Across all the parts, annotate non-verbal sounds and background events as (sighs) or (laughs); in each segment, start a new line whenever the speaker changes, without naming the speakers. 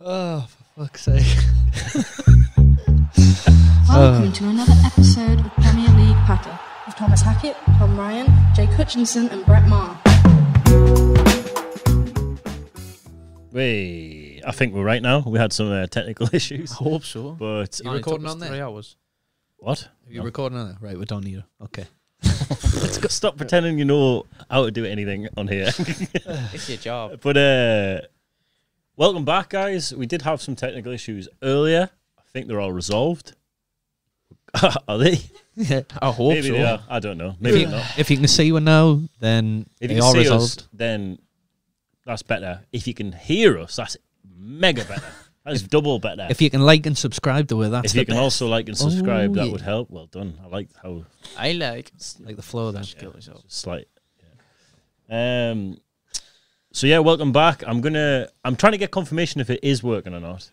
Oh, for fuck's sake.
Welcome to another episode of Premier League Packer with Thomas Hackett, Tom Ryan, Jake Hutchinson, and Brett Maher.
We, I think we're right now. We had some uh, technical (laughs) issues,
I hope so.
but
you recording on
Three
there?
hours.
what?
you recording on there? Right, we're done here. Okay.
Let's go, stop pretending you know how to do anything on
(laughs)
here. (laughs)
It's your job.
but uh, welcome back, guys. We did have some technical issues earlier. I think they're all resolved. (laughs) are they?
(laughs) Yeah.
I hope
Maybe they are. I don't know. Maybe not.
If you can see one now, then
If
they
you
are
can see
resolved.
us, then that's better. If you can hear us, that's mega better. That's double better.
If you can like and subscribe to it, that's
If
the
you can
best.
also like and subscribe,
Oh,
that
yeah.
would help. Well done. I liked how
I like.
like the flow then.
Kill
(laughs)
yourself.
slight. Yeah. Um. So yeah, welcome back. I'm gonna. I'm trying to get confirmation if it is working or not.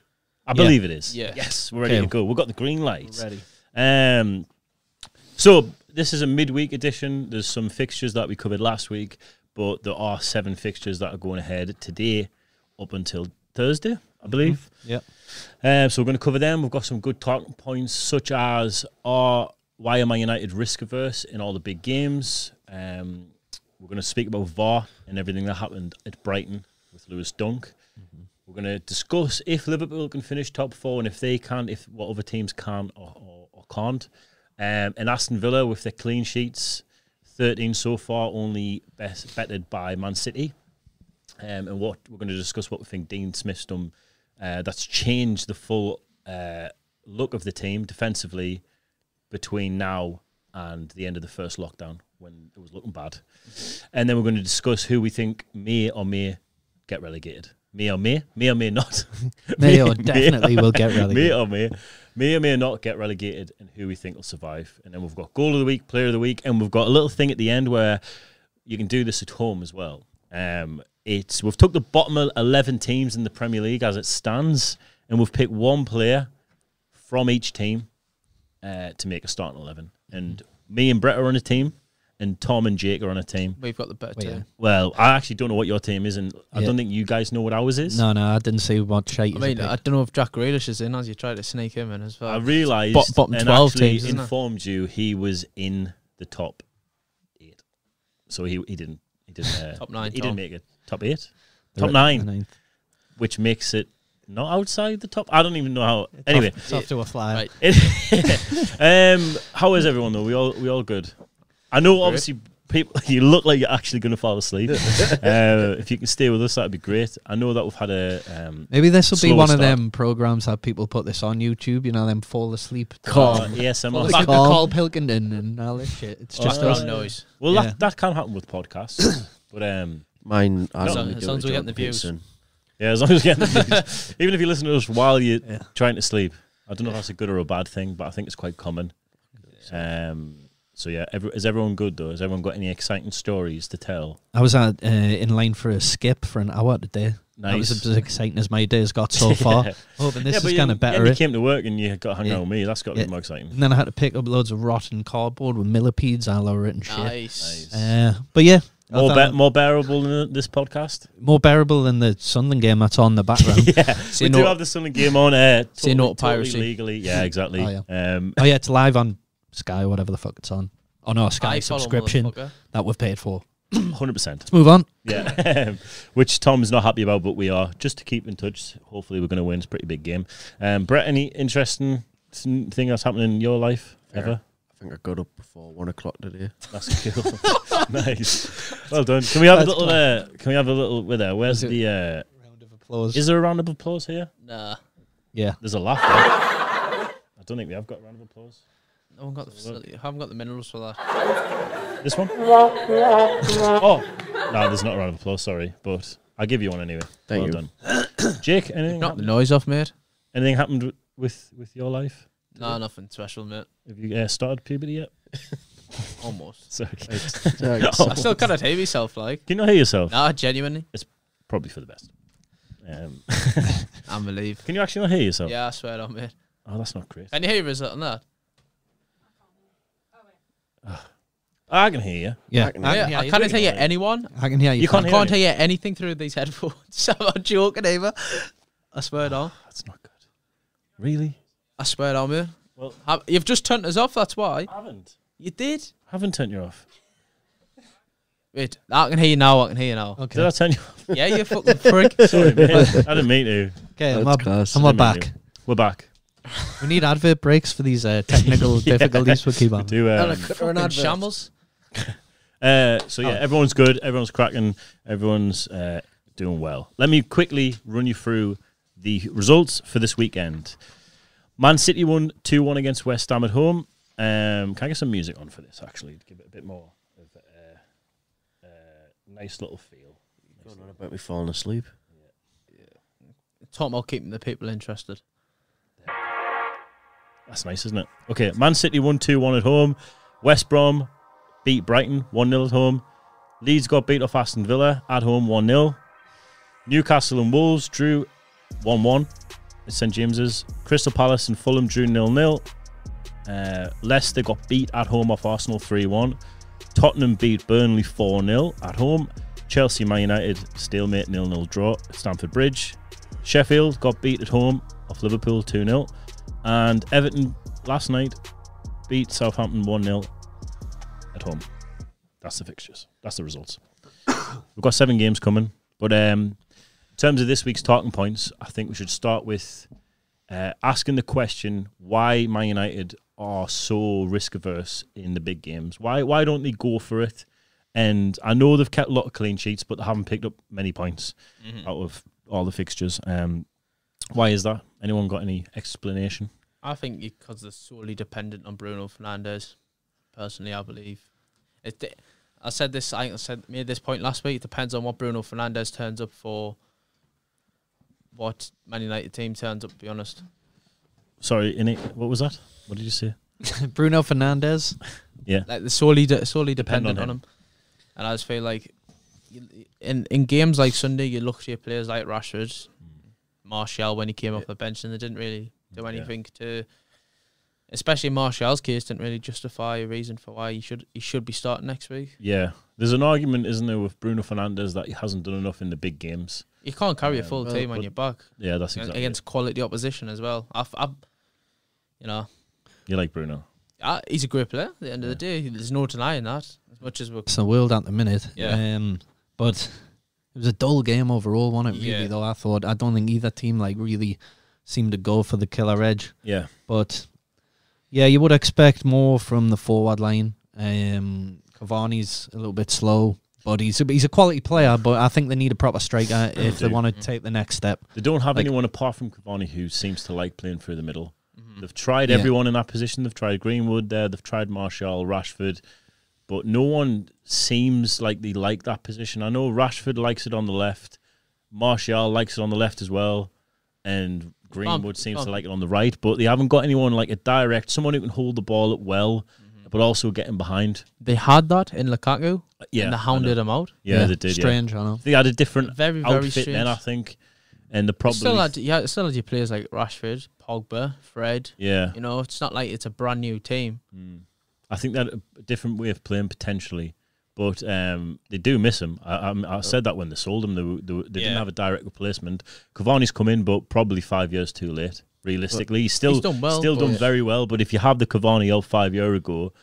I believe it is.
Yeah.
Yes, we're ready
Okay.
to go. We've got the green light.
Ready.
Um. So this is a midweek edition. There's some fixtures that we covered last week, but there are seven fixtures that are going ahead today, up until Thursday, I believe.
Mm-hmm. Yeah.
Um, so we're going to cover them. We've got some good talking points, such as are why are Man United risk averse in all the big games. Um, we're going to speak about VAR and everything that happened at Brighton with Lewis Dunk. We're going to discuss if Liverpool can finish top four and if they can't, if what other teams can or, or, or can't. Um, and Aston Villa with their clean sheets, thirteen so far, only best bettered by Man City um, and what we're going to discuss what we think Dean Smith's done uh, that's changed the full uh, look of the team defensively between now and the end of the first lockdown when it was looking bad. And then we're going to discuss who we think may or may get relegated. May or may, may or may not. (laughs)
Mayo definitely will get
May
relegated.
or may, may or may not get relegated, and who we think will survive. And then we've got goal of the week, player of the week, and we've got a little thing at the end where you can do this at home as well. Um, it's we've took the bottom el- eleven teams in the Premier League as it stands, and we've picked one player from each team uh, to make a starting eleven. And me and Brett are on a team, and Tom and Jake are on a team.
We've got the better
Wait,
team.
Well, I actually don't know what your team is, and I
Yeah.
don't think you guys know what ours is.
No, no, I didn't see what shite
I
you
mean, I
picked.
don't know if Jack Grealish is in as you try to sneak him in as well.
I realised
Bo- bottom
and
12
actually
teams, isn't it?
informed you he was in the top eight, so he he didn't he didn't uh,
Top nine,
He
Tom.
didn't make it top eight,
The
top
re-
nine,
the ninth.
which makes it not outside the top. I don't even know how. Anyway,
It's off to a flyer.
Right.
it- um, how is everyone though? We all we all good. I know obviously people. (laughs) You look like you're actually going to fall
(laughs)
asleep. uh, if you can stay with us, that'd be great. I know that we've had a um,
Maybe this will be
Slow
one
start.
of them programs that people put this on YouTube. You know, them fall asleep. to
uh,
Well,
ASMR.
it's like the Carl Pilkington and all this shit. It's just
Oh,
us.
background noise.
Well,
Yeah.
that that can happen with podcasts, (coughs) but um.
Mine, I
No,
only
as
do
long
it
as we get the
during
views.
Pearson.
Yeah, as long as you
(laughs)
get the Even if you listen to us while you're
Yeah.
trying to sleep. I don't know if that's a good or a bad thing, but I think it's quite common. Um, so, yeah, every, is everyone good, though? Has everyone got any exciting stories to tell?
I was at, uh, in line for a skip for an hour today. That
Nice.
was as exciting as my day has got
(laughs)
so far. Hoping this
but
is
you-
going to
yeah,
better
you
it.
came to work and you got to hang
Yeah.
out with me. That's got to
Yeah.
be more exciting.
And then I had to pick up loads of rotten cardboard with millipedes all over it and shit.
Nice.
Nice.
Uh, but yeah, I
more,
thought-
be- more bearable than
(laughs)
this podcast?
more bearable than the Sunderland game that's on in the
(laughs)
background.
yeah.
Say
We do
no-
have the Sunday game on air.
Say
Totally,
no to
totally
piracy.
legally. Yeah, exactly.
Oh,
um, (clears throat)
oh yeah, it's live on Sky or whatever the fuck it's on. On our Sky
I follow
subscription
motherfucker.
that we've paid for.
100%.
Let's move on.
(laughs) Yeah, Um, which Tom's not happy about, but we are just to keep in touch. Hopefully, we're going to win. It's a pretty big game. Um, Brett, any interesting s- thing that's happening in your life ever?
I think I got up before one o'clock today.
That's cool. nice. Well done. Can we have
That's
a little? Uh, can we have a little with her? Where's
Is it-
the? Uh,
Round of applause.
is there a round of applause here?
Nah,
yeah.
There's a laugh. there. I don't think we have got a round of applause.
I haven't got the facility. I haven't got the minerals for that.
This one? oh, no, there's not a round of applause. Sorry, but I'll give you one anyway.
Thank
well
you.
done, (coughs) Jake. Anything?
Knock the
Happened,
noise off, mate.
anything happened w- with with your life?
Nah, nothing special, mate.
Have you uh, started puberty yet?
(laughs)
(laughs)
Almost.
Sorry.
Thanks.
I still can't hear myself, like.
Can you not hear yourself?
Nah, genuinely.
Probably for the best. Um,
I'm relieved.
can you actually not hear yourself?
Yeah, I swear on, mate.
Oh, that's not great.
Can you hear uh, your result on that?
I can hear you.
Yeah.
I can
I,
Yeah,
hear
I
you
can't
really
hear
well.
anyone.
I can hear you.
You
fine.
can't
I
hear
(laughs) can't hear anything through these headphones. I'm not joking either. I swear down.
That's not good. Really?
I swear down, mate.
Well-
Have- Uh, you've just turned us off. That's why
haven't.
you did.
Haven't turned you off.
Wait, I can hear you now. I can hear you now.
Okay.
Did I turn you off?
yeah, you fucking freak.
Sorry, mate. I didn't mean to.
Okay, I'm,
That's
up-
class.
I'm up
Didn't mean (laughs)
back.
to. We're back.
We need advert breaks for these uh,
(laughs)
technical difficulties we keep
We (laughs)
on.
do. Um,
Fucking shambles.
uh, so
Oh.
yeah, everyone's good. Everyone's cracking. Everyone's uh, doing well. Let me quickly run you through the results for this weekend. Man City won two one against West Ham at home. Um, can I get some music on for this? Actually, to give it a bit more of a uh, uh, nice little feel.
Going on about me falling asleep.
Talk about keeping the people interested.
That's nice, isn't it? Okay, Man City won 2 1 at home. West Brom beat Brighton 1 0 at home. Leeds got beat off Aston Villa at home 1 0. Newcastle and Wolves drew 1 1 at St James's. Crystal Palace and Fulham drew 0 0. Uh, Leicester got beat at home off Arsenal 3 1. Tottenham beat Burnley 4 0 at home. Chelsea Man United stalemate 0 0 draw at Stamford Bridge. Sheffield got beat at home off Liverpool 2 0. And Everton last night beat Southampton 1 0 at home. That's the fixtures. That's the results. (coughs) We've got seven games coming. But um, in terms of this week's talking points, I think we should start with uh, asking the question why Man United are so risk averse in the big games. Why why don't they go for it? And I know they've kept a lot of clean sheets, but they haven't picked up many points out of all the fixtures. Um, why is that? Anyone got any explanation?
I think because they're solely dependent on Bruno Fernandez. Personally, I believe it. de- I said this. I think I said made this point last week. It depends on what Bruno Fernandez turns up for. What Man United team turns up. To be honest,
Sorry, in it, what was that? What did you say?
Bruno Fernandez.
like they're solely de- solely
Depend
dependent
on
on him. And I just feel like you- in in games like Sunday, you look to your players like Rashford, Martial when he came off the bench, and they didn't really do
Mm. Yeah.
anything to. Especially Martial's case didn't really justify a reason for why he should he should be starting next week.
Yeah, there's an argument, isn't there, with Bruno Fernandez that he hasn't done enough in the big games.
You can't carry
Yeah,
a full
well,
team on
but-
your back
Yeah, that's
and
exactly.
against quality opposition as well. I, I, you know,
it. you like Bruno.
I, he's a great player. At the end of the day, there's no denying that. As much as we're
It's the world at the minute.
Yeah.
Um, but it was a dull game overall, wasn't it? Really,
Yeah.
though, I thought I don't think either team like really seemed to go for the killer edge.
Yeah,
But yeah, you would expect more from the forward line. Um, Cavani's a little bit slow, but he's a, he's a quality player. But I think they need a proper striker if they
do.
want to take the next step.
they don't have
Like-
anyone apart from Cavani who seems to like playing through the middle.
Mhm.
They've tried
Yeah.
everyone in that position. They've tried Greenwood there. They've tried Marshall, Rashford, but no one seems like they like that position. I know Rashford likes it on the left. Marshall likes it on the left as well, and Greenwood seems to
Bump.
like it on the right. But they haven't got anyone like a direct someone who can hold the ball up well,
Mm-hmm.
but also get in behind. Uh,
they had that in Lukaku
Yeah,
and they
I know.
hounded him out.
Yeah, they did. Yeah.
Strange, I know.
They had a different
Very, very
outfit
strange.
then, I think, and the
You
problem.
Still had, yeah, you still had your players like Rashford, Pogba, Fred.
yeah,
You know, it's not like it's a brand new team.
I think that a different way of playing potentially, but um, they do miss him. I, I, I said that when they sold him, they, were- they, were- they didn't
Yeah.
have a direct replacement. Cavani's come in, but probably five years too late. Realistically, he's still
he's done well,
still
but-
done very well. But if you have the Cavani of five year ago,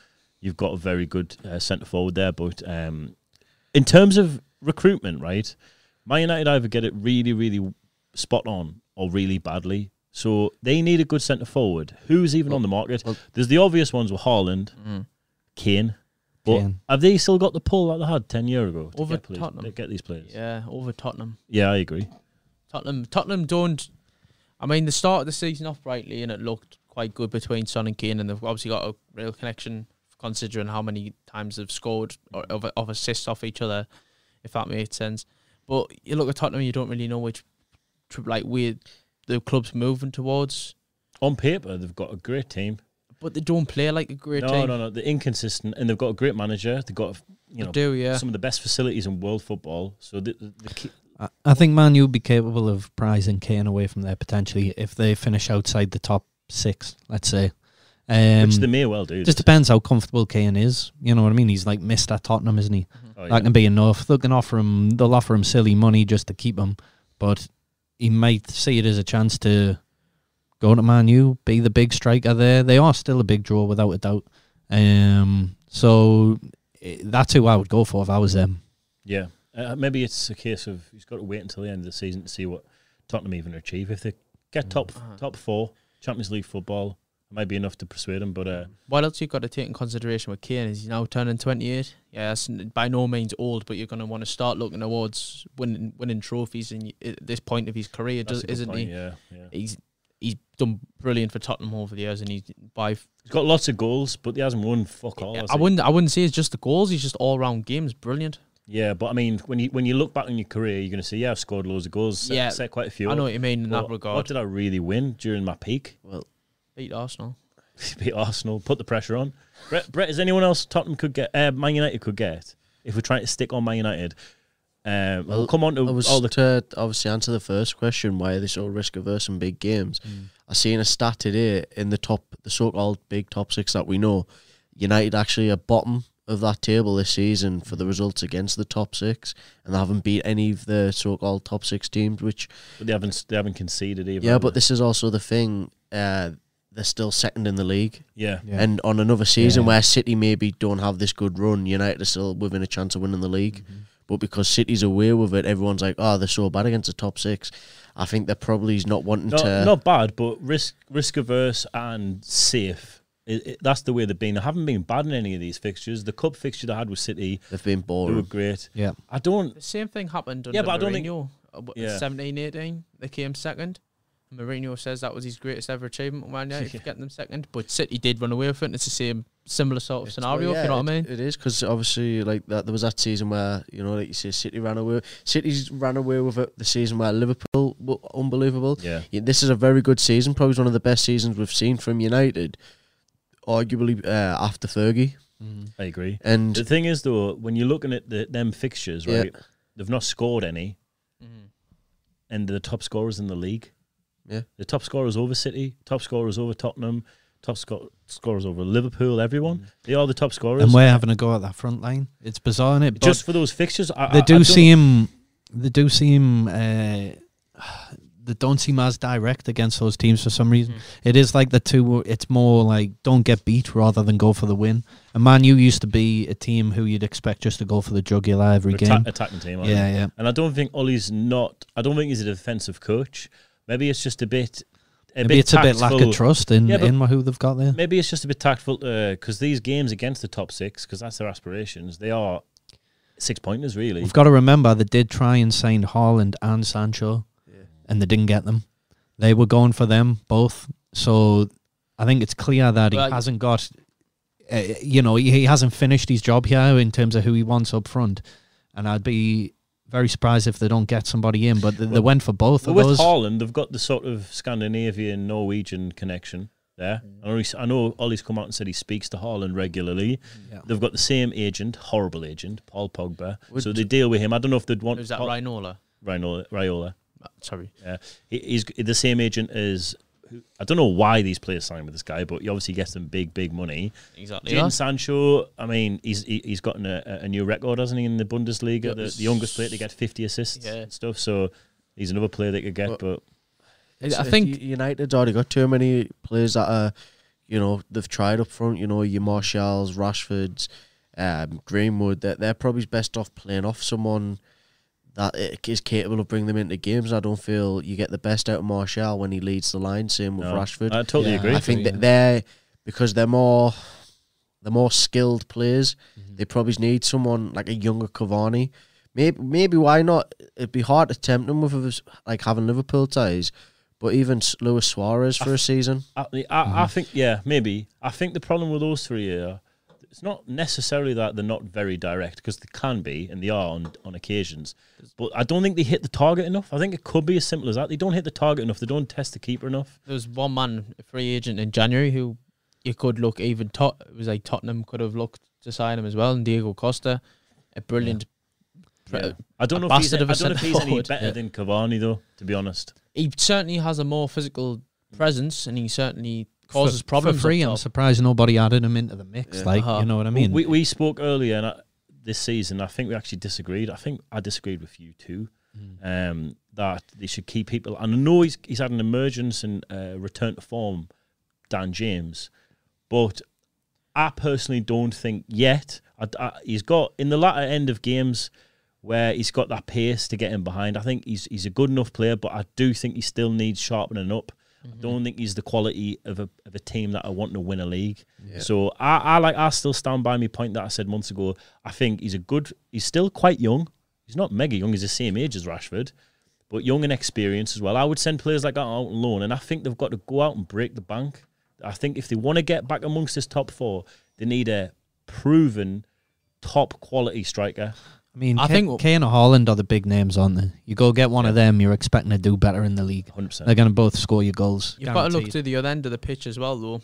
you've got a very good uh, centre forward there. But um, in terms of recruitment, right? Man United either get it really, really spot on or really badly. So they need a good centre forward. Who's even on the market?
well-
There's the obvious ones with Haaland,
Mm.
Kane. But
Kane.
have they still got the pull that they had 10 years ago to
Over
get, players,
Tottenham.
to get these players? Yeah.
Yeah, over Tottenham.
I agree.
Tottenham, Tottenham don't. I mean, the start of the season off brightly, and it looked quite good between Son and Kane, and they've obviously got a real connection considering how many times they've scored or of, of assists off each other, if that makes sense. But you look at Tottenham, you don't really know which, tr- like, where the club's moving towards.
On paper, they've got a great team.
But they don't play like a great
no,
team.
no, no. They're inconsistent and they've got a great manager. They've got, you
They
know,
do, yeah.
some of the best facilities in world football. So the, the, the key,
I, I think Man U would be capable of prizing Kane away from there potentially if they finish outside the top six, let's say. Um,
which they may well do.
just depends how comfortable Kane is. You know what I mean? He's like Mr. Tottenham, isn't he?
Oh,
That
yeah.
can be enough. They can offer him. They'll offer him silly money just to keep him, but he might see it as a chance to go to Man U, be the big striker there. They are still a big draw without a doubt. Um, so eh, that's who I would go for if I was them.
Yeah, uh, maybe it's a case of he's got to wait until the end of the season to see what Tottenham even achieve. If they
Mm.
get top
Uh-huh.
top four Champions League football, it might be enough to persuade him. But uh,
What else you've got to take in consideration with Kane is he's now turning 28. Yeah, that's n- by no means old, but you're going to want to start looking towards winning winning trophies and y- at this point of his career,
that's
does,
a good
isn't
point,
he?
Yeah, yeah.
He's he's done brilliant for Tottenham over the years, and he's by f-
He's got lots of goals, but he hasn't won fuck all. has
I
he?
wouldn't I wouldn't say it's just the goals. He's just all round games, brilliant.
Yeah, but I mean, when you when you look back on your career, you're going to say, yeah, I've scored loads of goals. Set,
Yeah,
set quite a few.
I know
up,
what you mean in
but
that
What
regard.
did I really win during my peak? (laughs)
Well,
Beat Arsenal.
Beat Arsenal, put the pressure on. Brett, Brett, is anyone else Tottenham could get? Uh, Man United could get if we're trying to stick on Man United. Um, we'll
Well,
come on to
I was
Oh,
all the
to obviously answer the first question why are they so risk averse in big games.
Mm.
I seen a stat today in the top, the so-called big top six that we know. United actually are bottom of that table this season for the results against the top six, and they haven't beat any of the so-called top six teams, which
But they haven't they haven't conceded either.
Yeah,
have
but
they?
this is also the thing. Uh, they're still second in the league,
yeah.
Yeah.
and on another season
Yeah.
where City maybe don't have this good run, United are still within a chance of winning the league. But because City's away with it, everyone's like, "Oh, they're so bad against the top six. I think they're probably not wanting
Not,
to.
not bad, but risk risk averse and safe. It, it, that's the way they've been. They haven't been bad in any of these fixtures. The cup fixture they had with City,
They've been
they were
boring.
great.
Yeah.
I don't.
The same thing happened under
Yeah, but I don't think-
Mourinho. uh, w-
Yeah.
17, 18, they came second. Mourinho says that was his greatest ever achievement. Man United for getting them second, but City did run away with it. And it's the same, similar sort of
It's-
scenario.
well,
if you know what I
yeah,
mean?
it- It is because obviously, like that, there was that season where you know, like you say, City ran away. City's ran away with it. The season where Liverpool were unbelievable.
Yeah.
Yeah, this is a very good season. Probably one of the best seasons we've seen from United, arguably uh, after Fergie.
Mm.
I agree. The
And
thing is, though, when you're looking at the, them fixtures,
Yeah.
right, they've not scored any,
Mm-hmm.
and they're the top scorers in the league.
Yeah.
the top scorers over City, top scorers over Tottenham, top sco- scorers over Liverpool. Everyone, they are the top scorers.
And we're having a go at that front line. It's bizarre, is it? But
just for those fixtures, I, I-
they
I
do
don't-
seem they do seem uh, (sighs) they don't seem as direct against those teams for some reason. It is like the two. It's more like don't get beat rather than go for the win. And Man U used to be a team who you'd expect just to go for the jugular every
they're atta-
game.
attacking team. aren't
Yeah,
they?
yeah.
And I don't think Ollie's not. I don't think he's a defensive coach. Maybe it's just a bit. A
Maybe it's a bit lack of
tactful.
trust in
Yeah, but-
in who they've got there.
Maybe it's just a bit tactful because these games against the top six, because that's their aspirations. They are six pointers, really.
We've got to remember they did try and sign Haaland and Sancho, and they didn't get them. They were going for them both, so I think it's clear that
Well,
he hasn't got, uh, you know, he, he hasn't finished his job here in terms of who he wants up front, and I'd be very surprised if they don't get somebody in. But they, they went for both
Well,
of
with
those.
Haaland, they've got the sort of Scandinavian Norwegian connection there. I, know he's, I know Ollie's come out and said he speaks to Haaland regularly.
Yeah.
They've got the same agent, horrible agent, Paul Pogba.
Would-
so they deal with him. I don't know if they'd want
Who's that
Paul-
Rainola?
Rainola. Raiola.
Uh, Sorry.
Yeah. He, he's the same agent as. who- I don't know why these players sign with this guy, but he obviously gets them big, big money.
Exactly.
Jadon Sancho, I mean, he's he, he's gotten a, a new record, hasn't he, in the Bundesliga?
Yeah,
the,
it's-
the youngest player to get 50 assists
Yeah.
and stuff. So he's another player they could get,
But-
but
it's-
I
it-
think-
United's already got too many players that are, you know, they've tried up front. You know, your Marshalls, Rashfords, um, Greenwood. That they're, probably best off playing off someone that i- is capable of bringing them into games. I don't feel you get the best out of Marshall when he leads the line. Same with
no.
Rashford.
I totally
Yeah.
agree.
I think
Yeah.
that they're because they're more they're more skilled players.
Mm-hmm.
They probably need someone like a younger Cavani. Maybe maybe why not? It'd be hard to tempt them with us, like having Liverpool ties, but even S- Luis Suarez for a season.
I, I, I think, yeah, maybe. I think the problem with those three are it's not necessarily that they're not very direct because they can be and they are on, on occasions. But I don't think they hit the target enough. I think it could be as simple as that. They don't hit the target enough. They don't test the keeper enough.
There was one man, a free agent in January, who you could look even tot. It was like Tottenham could have looked to sign him as well, and Diego Costa, a brilliant.
Yeah. I don't
A
know if he's, I
bastard of a
don't know if he's any
centre-forward.
better
Yeah.
than Cavani, though, to be honest.
He certainly has a more physical presence, and he certainly causes
for,
problems.
for
up
free. I'm
top.
surprised nobody added him into the mix.
Yeah.
Like
Uh-huh.
you know what I mean?
we, we spoke earlier and I, this season. I think we actually disagreed. I think I disagreed with you too. um, that they should keep people. And I know he's, he's had an emergence and uh, return to form, Dan James, but I personally don't think yet. I, I- he's got in the latter end of games where he's got that pace to get him behind. I think he's he's a good enough player, but I do think he still needs sharpening up. I don't think he's the quality of a of a team that I want to win a league. So I, I like I still stand by my point that I said months ago. I think he's a good. He's still quite young. He's not mega young. He's the same age as Rashford, but young and experienced as well. I would send players like that out on loan, and I think they've got to go out and break the bank. I think if they want to get back amongst this top four, they need a proven top quality striker.
I mean,
I
I
think-
think Kane or Haaland are the big names on there. You go get one of them, you're expecting to do better in the league.
100%.
They're going to both score your goals.
You've got to look
guaranteed.
to the other end of the pitch as well, though.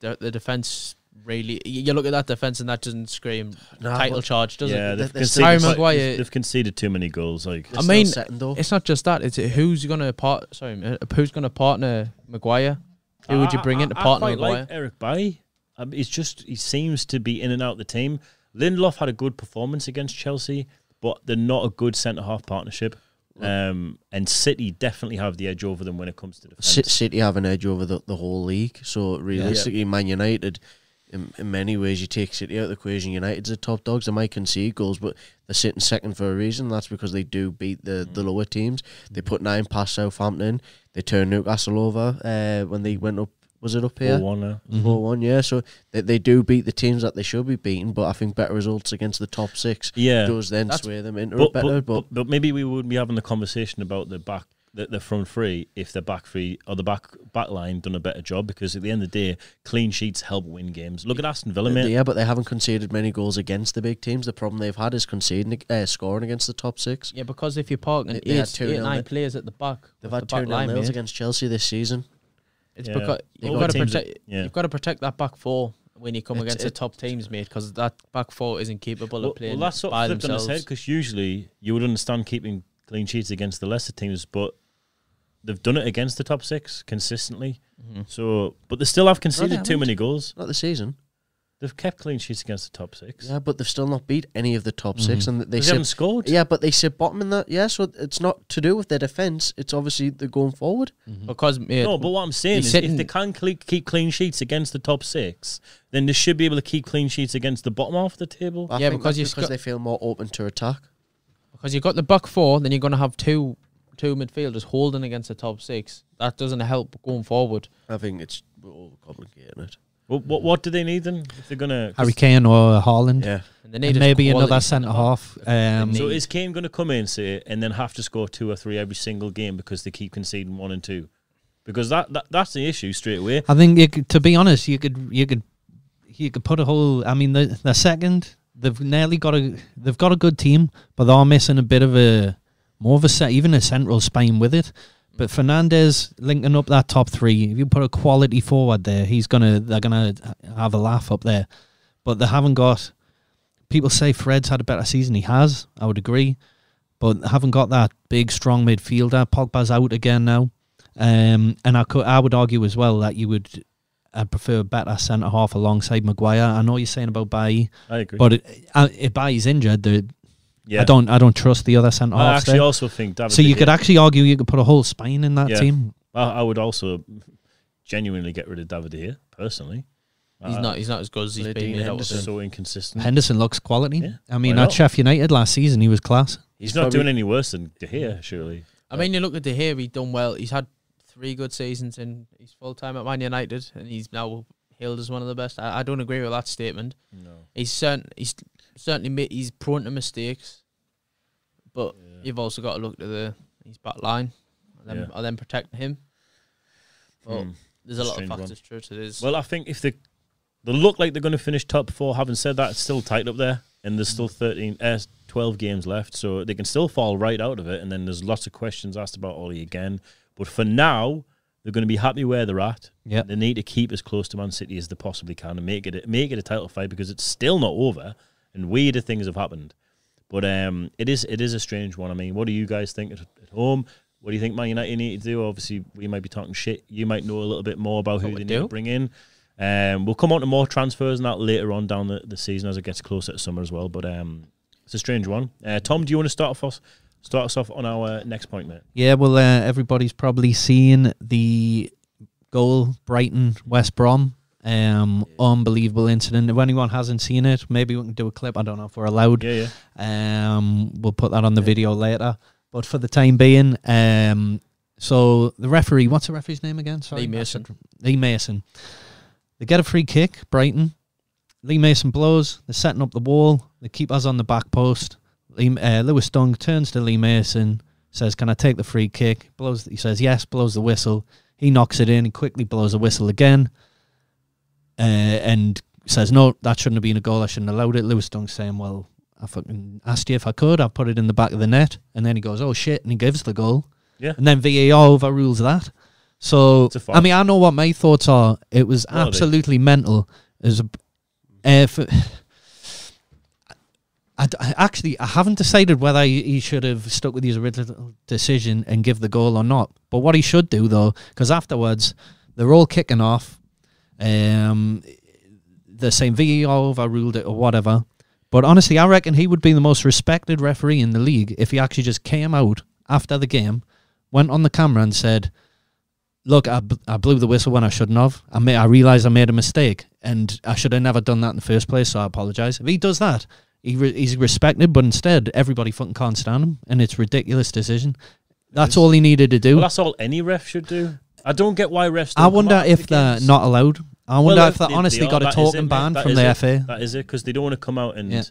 The, the defense really. y- You look at that defense, and that doesn't scream
Nah,
title
but-
charge, does
yeah,
it?
they've,
They're
conceded,
still-
Harry
quite-
Maguire-
they've conceded too many goals. Like
I mean,
setting though.
It's not just that. It's who's going to part. Sorry, uh, who's going to partner Maguire? Who would you bring in to
I- I-
partner
I quite
Maguire?
like Eric Bay. Um, he's just he seems to be in and out of the team. Lindelof had a good performance against Chelsea, but they're not a good centre half partnership. Um, and City definitely have the edge over them when it comes to defence.
Ci- City have an edge over the, the whole league. So realistically, Man United, in, in many ways, you take City out of the equation. United's the top dogs. They might concede goals, but they're sitting second for a reason. That's because they do beat the,
Mm.
the lower teams. They put nine past Southampton. They turned Newcastle over uh, when they went up. Was it up here?
4-1 now.
Four one, yeah. So they, they do beat the teams that they should be beating, but I think better results against the top six
Yeah.
does then
That's-
sway them into
But,
it better.
but, but, but maybe we wouldn't be having the conversation about the back the, the front three if the back three or the back back line done a better job because at the end of the day, clean sheets help win games. Look at Aston Villa, mate.
Yeah, but they haven't conceded many goals against the big teams. The problem they've had is conceding, uh, scoring against the top six.
Yeah, because if you're parking
They- they had
eight,
two
eight
nil,
nine
mate.
players at the back,
They've
with
had
the back
two nil
line,
nils
mate,
against Chelsea this season.
It's
Yeah.
because
They've
you've
got
got to
teams that-
protect.
yeah.
You've got to protect that back four when you come
It's-
against the
it-
top teams, mate, because that back four isn't capable
Well,
of playing
well, that's sort
by
of flipped
themselves.
on his head because usually you would understand keeping clean sheets against the lesser teams, but they've done it against the top six consistently.
Mm-hmm.
So, but they still have conceded too
haven't.
many goals.
Not the season.
They've kept clean sheets against the top six.
Yeah, but they've still not beat any of the top six, and Mm-hmm. they,
They
sit.
haven't scored.
Yeah, but they sit bottom in that. Yeah, so it's not to do with their defense. It's obviously they're going forward.
Because mate,
No, but what I'm saying
They
is,
sit
if
in-
they can cle- keep clean sheets against the top six, then they should be able to keep clean sheets against the bottom half of the table.
I
Yeah,
think
because
that's
you
because
sco-
they feel more open to attack.
because you've got the back four, then you're going to have two two midfielders holding against the top six. That doesn't help going forward.
I think it's we're overcomplicating it.
What, what, what do they need then? If they're gonna, 'cause-
Harry Kane or Haaland.
Yeah,
And they need
And
is
maybe
quality
another centre
centre-back.
half. Um,
so is Kane going to come in say and then have to score two or three every single game because they keep conceding one and two? Because that, that that's the issue straight away.
I think you could, to be honest, you could you could you could put a whole. I mean, the the second they've nearly got a they've got a good team, but they are missing a bit of a more of a set, even a central spine with it. But Fernandez linking up that top three. If you put a quality forward there, he's gonna they're gonna have a laugh up there. But they haven't got. People say Fred's had a better season. He has. I would agree, but they haven't got that big strong midfielder. Pogba's out again now. Um, and I could, I would argue as well that you would, I'd prefer a better centre half alongside Maguire. I know you're saying about Bailly,
I agree.
but it, uh, if Bailly's injured, the,
yeah.
I don't, I don't trust the other centre
I
half.
actually also think David.
So
De
you could
Gea-
actually argue you could put a whole spine in that
Yeah.
team.
I, I would also genuinely get rid of David here personally.
He's
Uh,
not. He's not as good as he's been
Nadine
made out
he's
with.
Henderson.
so inconsistent.
Henderson looks quality.
Mm. Yeah,
I mean,
why
at
not?
Sheffield United last season, he was class.
He's not
Probably-
doing any worse than De Gea, surely.
I mean, you look at De Gea. He's done well. He's had three good seasons, and he's full time at Man United, and he's now hailed as one of the best. I, I don't agree with that statement.
No.
He's certain. He's certainly. Ma- he's prone to mistakes, but you've also got to look to the his back line, and then,
Yeah.
and then protecting him. But
Hmm.
there's a lot of
Strange one.
factors true to this.
Well, I think if they they look like they're going to finish top four, having said that, it's still tight up there, and there's still 13, uh, 12 games left, so they can still fall right out of it. And then there's lots of questions asked about Ollie again. But for now, they're going to be happy where they're at.
Yeah.
they need to keep as close to Man City as they possibly can and make it a- make it a title fight because it's still not over, and weirder things have happened. But um, it is it is a strange one. I mean, what do you guys think at, at home? What do you think Man United need to do? Obviously, we might be talking shit. You might know a little bit more about who
What
they
we
need to
do?
bring in. Um, we'll come on to more transfers and that later on down the, the season as it gets closer to summer as well. But um, it's a strange one. Uh, Tom, do you want to start off us Start us off on our next point, mate.
Yeah, well, uh, everybody's probably seen the goal Brighton West Brom. Um, unbelievable incident. If anyone hasn't seen it, maybe we can do a clip. I don't know if we're allowed.
Yeah, yeah.
Um, we'll put that on the video later. But for the time being, um, so the referee, what's the referee's name again? Sorry,
Lee
I
Mason.
should- Lee Mason. They get a free kick, Brighton. Lee Mason blows. They're setting up the wall. The keeper's on the back post. Lee, uh, Lewis Dung turns to Lee Mason, says, "Can I take the free kick?" Blows. He says, "Yes." Blows the whistle. He knocks it in. He quickly blows the whistle again, uh, and says, "No, that shouldn't have been a goal. I shouldn't have allowed it." Lewis Dung's saying, "Well, I fucking asked you if I could. I put it in the back of the net." And then he goes, "Oh shit!" and he gives the goal.
Yeah.
And then VAR overrules that. So
It's a foul.
I mean, I know what my thoughts are. It was
What are they?
absolutely mental. As a, uh, for, (sighs) I, d- I actually I haven't decided whether he, he should have stuck with his original decision and give the goal or not. But what he should do though, because afterwards they're all kicking off. Um, they're saying VAR overruled it or whatever. But honestly, I reckon he would be the most respected referee in the league if he actually just came out after the game, went on the camera and said, "Look, I, b- I blew the whistle when I shouldn't have. I ma- I realized I made a mistake, and I should have never done that in the first place. So I apologize." If he does that, he re- he's respected. But instead, everybody fucking can't stand him, and it's a ridiculous decision. That's all he needed to do.
Well, that's all any ref should do. I don't get why refs.
I
don't come
wonder
out
if
the
they're
games.
not allowed. I wonder
Well,
if they,
they-
honestly
they are,
got a
that is it,
talking
mate,
ban
that
from
is
the
it.
FA.
That is it because they don't want to come out and
Yeah.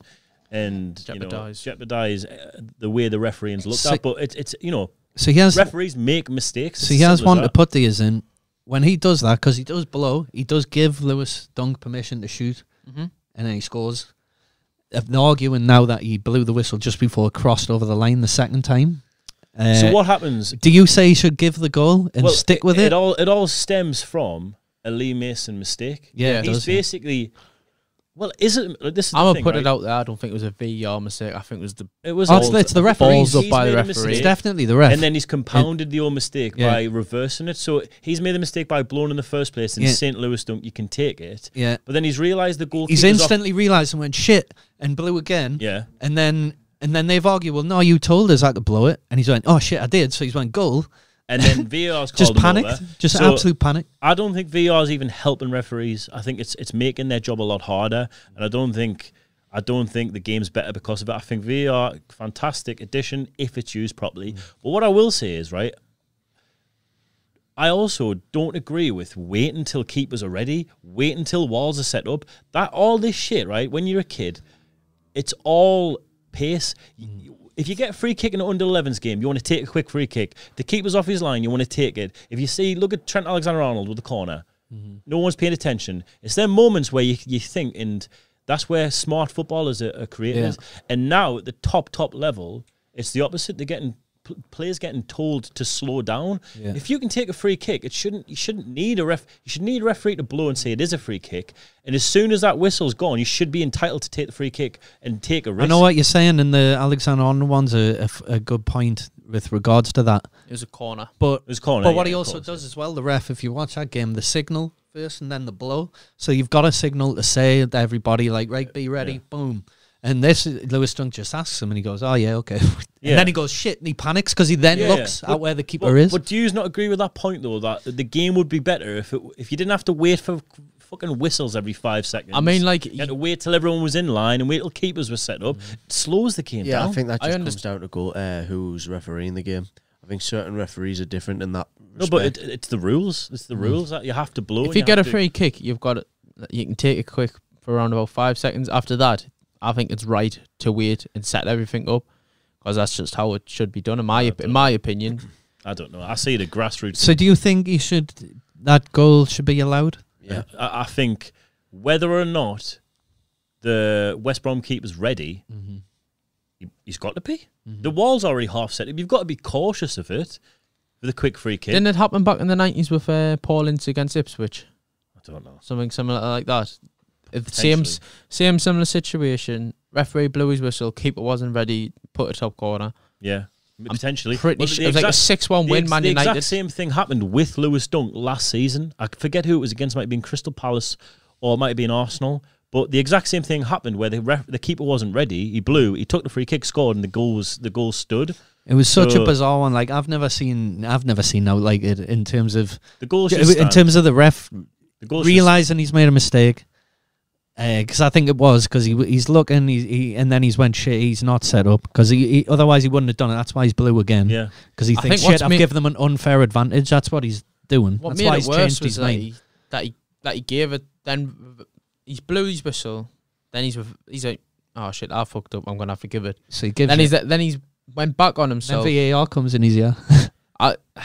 and
Jeopardise.
you know jeopardize uh, the way the refereeing's looked
So-
at. But it's it's you know
So here's
referees make mistakes.
So
It's
he has
simple as
one to
that.
put these in. When he does that, because he does blow, he does give Lewis Dunk permission to shoot,
Mm-hmm.
and then he scores. Uh, They're arguing now that he blew the whistle just before it crossed over the line the second time. Uh,
So what happens?
do you say he should give the goal and
well,
stick with it?
It all it all stems from a Lee Mason mistake.
yeah, it
he's
does, yeah.
basically. Well, is it? This is the
I'm gonna
thing,
put
right?
it out there. I don't think it was a VAR mistake. I think it was the
It was
Oh, it's-
all-
it's the
balls
referees.
up
He's
by the
made a
referee.
It's
mistake.
definitely the ref.
and then he's compounded the old mistake
Yeah.
by reversing it. So he's made the mistake by blowing in the first place, and
Yeah.
St. Louis don't you can take it.
yeah,
But then he's realised the goal.
he's instantly realised and went shit and blew again.
Yeah.
and then and then they've argued. Well, no, you told us I could blow it, and he's went, oh shit, I did. So he's went goal.
And then VAR's
(laughs) Just
called him
panicked.
over.
Just
So
absolute panic.
I don't think VAR's even helping referees. I think it's it's making their job a lot harder, and I don't think. I don't think the game's better because of it. I think VAR, fantastic addition if it's used properly. But what I will say is, right, I also don't agree with wait until keepers are ready, wait until walls are set up. That all this shit, right? When you're a kid, it's all pace. You- you- If you get a free kick in an under 11s game, you want to take a quick free kick. The keeper's off his line, you want to take it. If you see, look at Trent Alexander Arnold with the corner. No one's paying attention. It's them moments where you, you think, and that's where smart footballers are, are created.
Yeah.
is. And now at the top, top level, it's the opposite. They're getting pl- players getting told to slow down.
Yeah.
If you can take a free kick, it shouldn't you shouldn't need a ref. You should need a referee to blow and say it is a free kick. And as soon as that whistle's gone, you should be entitled to take the free kick and take a risk.
I know what you're saying, and the Alexander Arnold one's a, a f- a good point with regards to that.
it was a corner.
But
It was corner,
but what
yeah,
he
of
also
course,
does as well, the ref, if you watch that game, the signal first and then the blow. So you've got a signal to say to everybody, like, right, be ready, boom. And this is- Lewis Dunk just asks him, and he goes, "Oh yeah, okay." (laughs) and
Yeah.
then he goes, "Shit!" and he panics because he then
Yeah,
looks
yeah.
at where the keeper
But,
is.
but do you not agree with that point though that the game would be better if it, if you didn't have to wait for fucking whistles every five seconds?
I mean, like,
you had to wait till everyone was in line and wait till keepers were set up. It slows the game
Yeah,
down.
I think that
I
just
underst-
comes down to go uh, who's refereeing the game. I think certain referees are different in that.
no,
Respect.
but it, it's the rules. It's the rules that you have to blow. and
if you get a
have to-
free kick, you've got it. You can take it quick for around about five seconds. After that, I think it's right to wait and set everything up because that's just how it should be done. In my op- in my opinion,
I don't know. I see the grassroots
so do you think he should that goal should be allowed?
yeah,
I, I think whether or not the West Brom keeper's ready, he, has got to be. Mm-hmm.
Mm-hmm.
The wall's already half set. You've got to be cautious of it with a quick free kick.
didn't it happen back in the nineties with uh, Paul Ince against Ipswich?
I don't know.
Something similar like that. If the same s- same similar situation. Referee blew his whistle. Keeper wasn't ready. Put a top corner.
Yeah, potentially.
Pretty
Well, the
sure it was like a
exact-
six-one
the
win.
ex-
Man
the
United.
exact same thing happened with Lewis Dunk last season. I forget who it was against. Might have been Crystal Palace or it might have been Arsenal. But the exact same thing happened where the ref, the keeper wasn't ready. He blew. He took the free kick, scored, and the goal was the goal stood.
It was such
So-
a bizarre one. Like I've never seen, I've never seen now like it in terms of
The goal should
in
stand.
terms of the ref
the goal should
realizing he's made a mistake. Because I think it was because he w- he's looking, he, he and then he's went shit. He's not set up because he, he otherwise he wouldn't have done it. That's why he's blue again.
stand. yeah.
because he
I
thinks
think what's
shit. I've
made-
given them an unfair advantage. That's what he's doing.
What
That's
made
why
it
he's
worse
changed
was
his
that
mind.
he, that he that he gave it. Then he's blew his whistle. Then he's with, he's like, oh shit, I fucked up. I'm gonna have to give it.
So he gives.
then
it.
he's then he's went back on
Then
himself.
VAR comes in his ear.
I (sighs)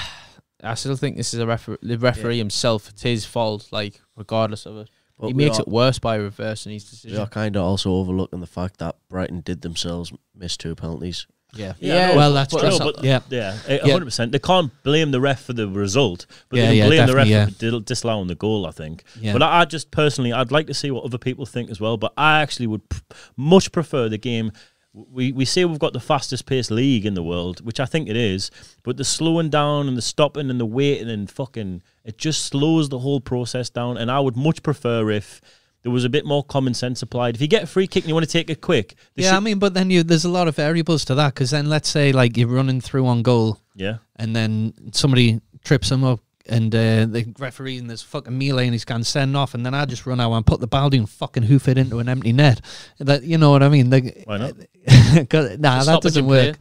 I still think this is a referee. The referee himself, it's his fault. Like regardless of it,
But
he
we
makes
are-
it worse by reversing his
We are
decision.
kind of also overlooking the fact that Brighton did themselves miss two penalties.
Yeah.
Yeah, Yeah, no,
well, that's
but
true.
no, but-
yeah.
Yeah,
Yeah.
hundred percent. They can't blame the ref for the result, but
Yeah,
they can
yeah,
blame the ref
definitely,
for dil- disallowing the goal. I think.
Yeah.
But I, I just personally, I'd like to see what other people think as well. But I actually would p- much prefer the game. We we say we've got the fastest paced league in the world, which I think it is. But the slowing down and the stopping and the waiting and fucking it just slows the whole process down. And I would much prefer if. There was a bit more common sense applied. If you get a free kick and you want to take it quick, they
Yeah,
should-
I mean, but then you there's a lot of variables to that because then let's say like you're running through on goal
yeah,
and then somebody trips him up and uh, the referee and there's fucking melee and he's gone send off and then I just run out and put the ball down, fucking hoof it into an empty net. That you know what I mean? Like,
why not?
(laughs) 'cause- nah, Ah,
It's
that
not what you
doesn't work.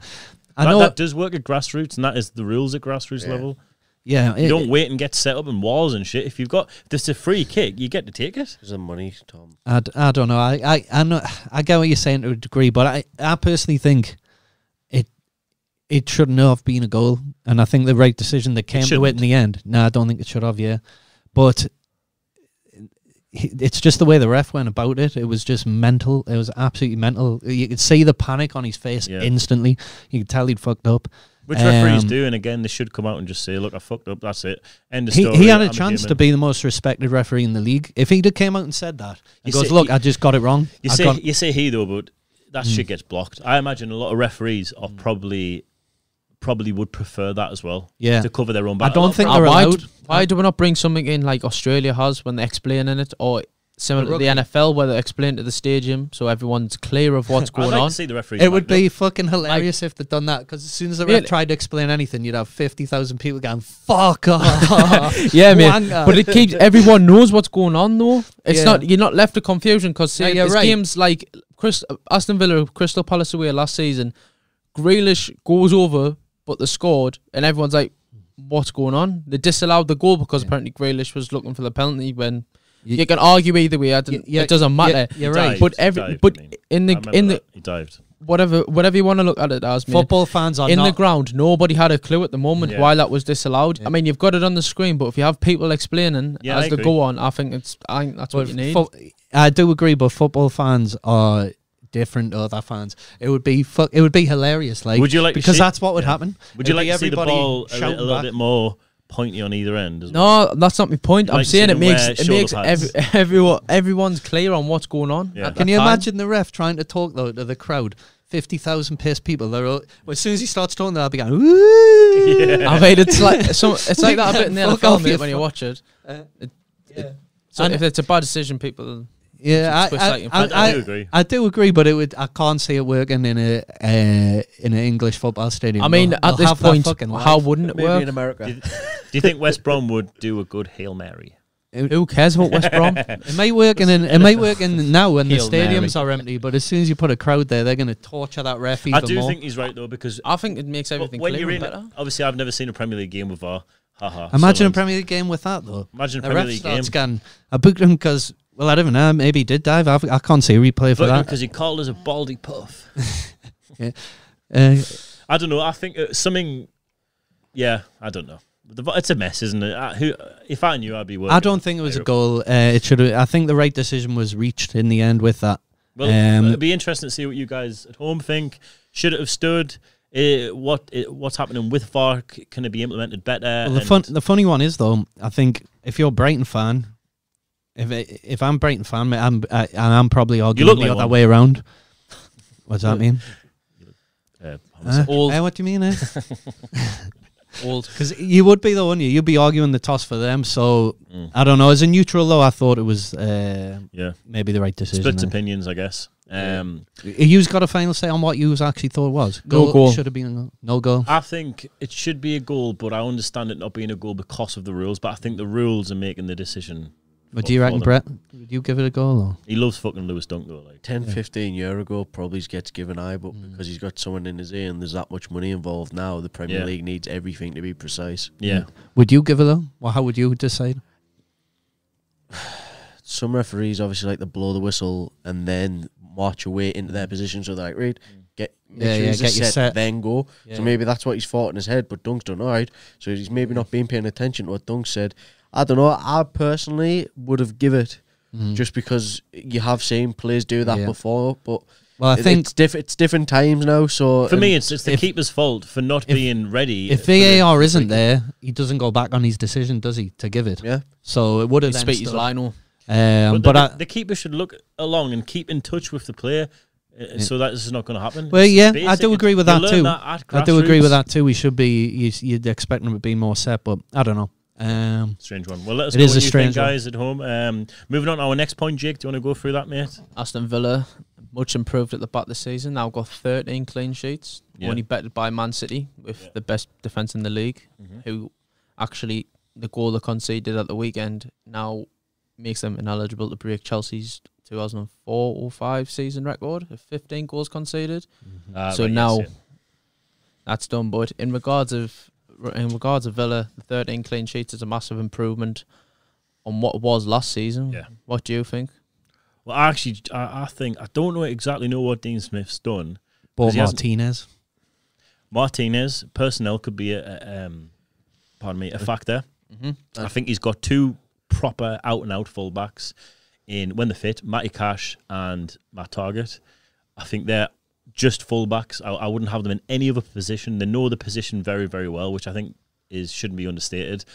I
that,
know.
that does work at grassroots, and that is the rules at grassroots level.
yeah,
You
it-
don't wait and get set up in walls and shit. If you've got if this is a free kick, you get to take it.
Because the money, Tom.
I, d- I don't know. I, I, I, know, I get what you're saying to a degree, but I, I personally think it it shouldn't have been a goal. And I think the right decision that came to it in
shouldn't.
the end. No, I don't think it should have, yeah. But he- it's just the way the ref went about it. It was just mental. It was absolutely mental. You could see the panic on his face
Yeah.
instantly. You could tell he'd fucked up.
Which referees
Um,
do, and again, they should come out and just say, "Look, I fucked up. That's it." End of
He,
story.
he had a
I'm
chance to
human.
be the most respected referee in the league. If he'd have came out and said that, he
You
goes,
say-
"Look,
you-
I just got it wrong."
You
I
say
got-
you say he though, but that
Mm.
shit gets blocked. I imagine a lot of referees are probably probably would prefer that as well.
Yeah.
to cover their own
I
back.
don't think
Ah,
they're
why,
allowed.
d- why do we not bring something in like Australia has when they're explaining it, or similar to the NFL where they explain to the stadium so everyone's clear
(laughs)
of what's
I'd
going
like
on?
to see the referees.
It would
back up.
be fucking hilarious if they'd done that because as soon as the ref
Really?
tried to explain anything, you'd have 50,000 people going, fuck off.
(laughs)
(laughs)
Yeah, man.
Wanker.
But it keeps everyone knows what's going on though.
Uh,
It's
Yeah.
not you're not left to confusion because
No,
say
you're
it's
right.
games like Chris, Aston Villa, Crystal Palace away last season. Grealish goes over, but they scored, and everyone's like, "What's going on?" They disallowed the goal because apparently Grealish was looking for the penalty. When
Ye-
you, can argue either way, I didn't,
Ye- yeah,
it doesn't matter.
yeah, you're
He
right.
dived,
But
he
every
dived,
but
I mean.
in
I
the
remember
in the
that. he dived.
whatever whatever you want to look at it as mate,
Football fans are
in the
not.
ground. Nobody had a clue at the moment
Yeah.
why that was disallowed. I mean, you've got it on the screen, but if you have people explaining
Yeah,
as
I
they
agree.
go on, I think it's I think that's
but
what you need.
fo- I do agree, but football fans are different to other fans. It would be fu- it would be hilarious. Like,
Would you like to
because
see-
that's what would
Yeah.
happen.
Would you
It'd
like
be
to see the
everybody
ball a
shouting
little, little
back.
bit more pointy on either end? As well?
no, that's not my point.
You'd
I'm
like to see
saying it
them
makes
wear
it makes
shoulder
(laughs) every,
pads.
everyone everyone's clear on what's going on.
Yeah.
at
Can
that
you
time.
imagine the ref trying to talk though to the crowd? Fifty thousand pissed people. They're all, well, as soon as he starts talking, they'll be going.
(laughs)
Ooh.
I've heard it's like some, it's like that a bit in the
Fuck
NFL
off, you
mate, when you
fuck-
watch it.
Uh,
It-
yeah.
it- so
And-
if it's a bad decision, people
Yeah,
Twist that
I,
in
I,
front.
I,
I,
I,
do agree.
I do agree, but it would. I can't see it working in a uh, in an English football stadium.
I mean,
They'll-
at
they'll
this
have that
point,
fucking life.
how wouldn't it work?
America.
Do you think West Brom would do a good hail mary?
Who cares about West Brom?
it might work in an, it might work
(laughs)
in now when the
Hail
stadiums are empty. But as soon as you put a crowd there, they're going to torture that ref even
I do
more.
think he's right though because
I think it makes everything
when
clear
you're
and
in,
better.
obviously I've never seen a Premier League game with VAR. Haha.
Imagine a
Sunderland.
Premier League game with that though.
um, Imagine a
The
Premier
ref
League game.
starts going, I booked him because well, I don't know. Maybe he did dive. I've, I can't see a replay for that.
because he called us a baldy puff.
Uh,
I don't know. I think uh, something. Yeah, I don't know. The, VAR it's a mess, isn't it? I, who, uh, if I knew, I'd be working.
I don't think it was a
Europe.
goal. Uh, it should. I think the right decision was reached in the end with that.
Well, uh,
Um,
it'd be interesting to see what you guys at home think. Should it have stood? Uh, what uh, what's happening with VAR? C- Can it be implemented better?
Well, the
And-
fun, the funny one is though, I think if you're a Brighton fan, if it, if I'm a Brighton fan, mate, I'm I, I'm probably arguing
look
the
like
other
one.
way around.
(laughs)
What does that mean?
uh,
Huh?
old.
Uh,
(laughs)
Eh, what do you mean? Eh?
Old.
Because you would be the one, you? You'd be arguing the toss for them. So
Mm.
I don't know. As a neutral, though, I thought it was uh,
Yeah.
maybe the right decision.
Split opinions, I guess. Um,
You's got a final say on what you actually thought it was.
No goal.
Should have been a goal. no goal.
I think it should be a goal, but I understand it not being a goal because of the rules. But I think the rules are making the decision.
But do you
for
reckon,
them.
Brett? Would you give it a goal? Or?
He loves fucking Lewis Dunk though. Like,
10,
Yeah. Mm.
15 year ago, probably gets given eye, but because he's got someone in his ear and there's that much money involved now, the Premier
Yeah.
League needs everything to be precise.
yeah,
Would you give it a? Well, how would you decide?
Some referees obviously like to blow the whistle and then march away into their position, so they're like, right, get, make
Mm. Yeah,
sure
yeah,
he's a
get your
set,
set.
then go.
Yeah.
So maybe that's what he's fought in his head, but Dunk's done all right. So he's maybe
Mm.
not been paying attention to what Dunk said. I don't know. I personally would have give it
Mm.
just because you have seen players do that
Yeah.
before, but
Well, I
it-
think
it's, diff- it's different times now. So
For
um,
me, it's it's the
if-
keeper's fault for not
if-
being ready.
if
for the-
VAR isn't there, he doesn't go back on his decision, does he, to give it?
yeah.
So it would have
He
then
speaks his
still-
Lionel.
Um,
but,
but
the,
I,
the keeper should look along and keep in touch with the player, uh, so that this is not going to happen.
Well,
It's
yeah, I
basic.
do agree with
You
that
learn
too.
at
I do agree
grassroots.
with that too. We should be you, you'd expect him to be more set, but I don't know. Um,
Strange one. Well, let us
It
know
is
what
a
you
strange
think,
one.
guys, at home. Um, moving on to our next point, Jake. Do you want to go through that, mate?
Aston Villa, much improved at the back of the season. Now got 13 clean sheets,
Yeah.
only bettered by Man City with
Yeah.
the best defence in the league,
Mhm.
who actually, the goal they conceded at the weekend now makes them ineligible to break Chelsea's 2004 or 5 oh season record of 15 goals conceded.
Ah,
So
right, yes,
now-
yeah.
That's done, but in regards of in regards of Villa, the 13 clean sheets is a massive improvement on what it was last season.
Yeah.
What do you think?
Well, I actually, I, I think I don't know exactly know what Dean Smith's done.
but
he hasn't-
Martinez,
Martinez personnel could be a, a um, pardon me, a factor.
Mhm.
I think he's got two proper out and out fullbacks in when they're fit, Matty Cash and Matt Target. I think they're just fullbacks. I, I wouldn't have them in any other position. They know the position very, very well, which I think is shouldn't be understated.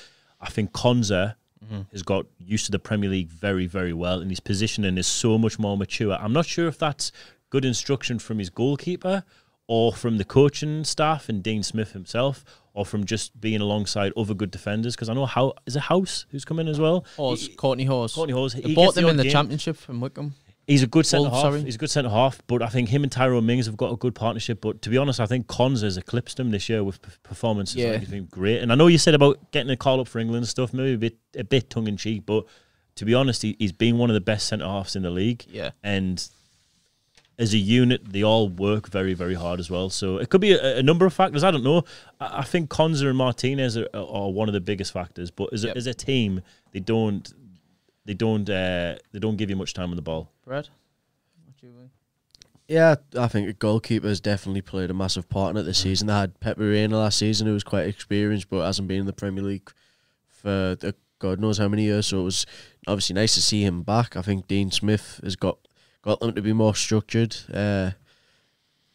I think Konza
Mm-hmm.
has got used to the Premier League very, very well, and his positioning is so much more mature. I'm not sure if that's good instruction from his goalkeeper or from the coaching staff and Dean Smith himself, or from just being alongside other good defenders. Because I know how is it House who's come in as well.
Horse,
He-
Courtney Horse.
Courtney Hawes,
Oh, They
he
bought
gets
them
the
in
odd
the
game.
championship from Wickham.
He's a good centre
Wolves,
half.
sorry.
He's a good centre half, but I think him and Tyrone Mings have got a good partnership. But to be honest, I think Cons has eclipsed him this year with p- performances.
Yeah.
Like he's been great. And I know you said about getting a call up for England and stuff, maybe a bit a bit tongue in cheek, but to be honest, he, he's been one of the best centre halves in the league.
Yeah.
And as a unit, they all work very, very hard as well. So it could be a, a number of factors. I don't know. I, I think Konza and Martinez are, are one of the biggest factors. But as a,
Yep.
as a team, they don't they don't uh, they don't give you much time on the ball.
Brad? What do you think?
Yeah, I think the goalkeeper's definitely played a massive part in it this season. They had Pep Reina last season, who was quite experienced, but hasn't been in the Premier League for the God knows how many years. So it was obviously nice to see him back. I think Dean Smith has got got them to be more structured. Uh,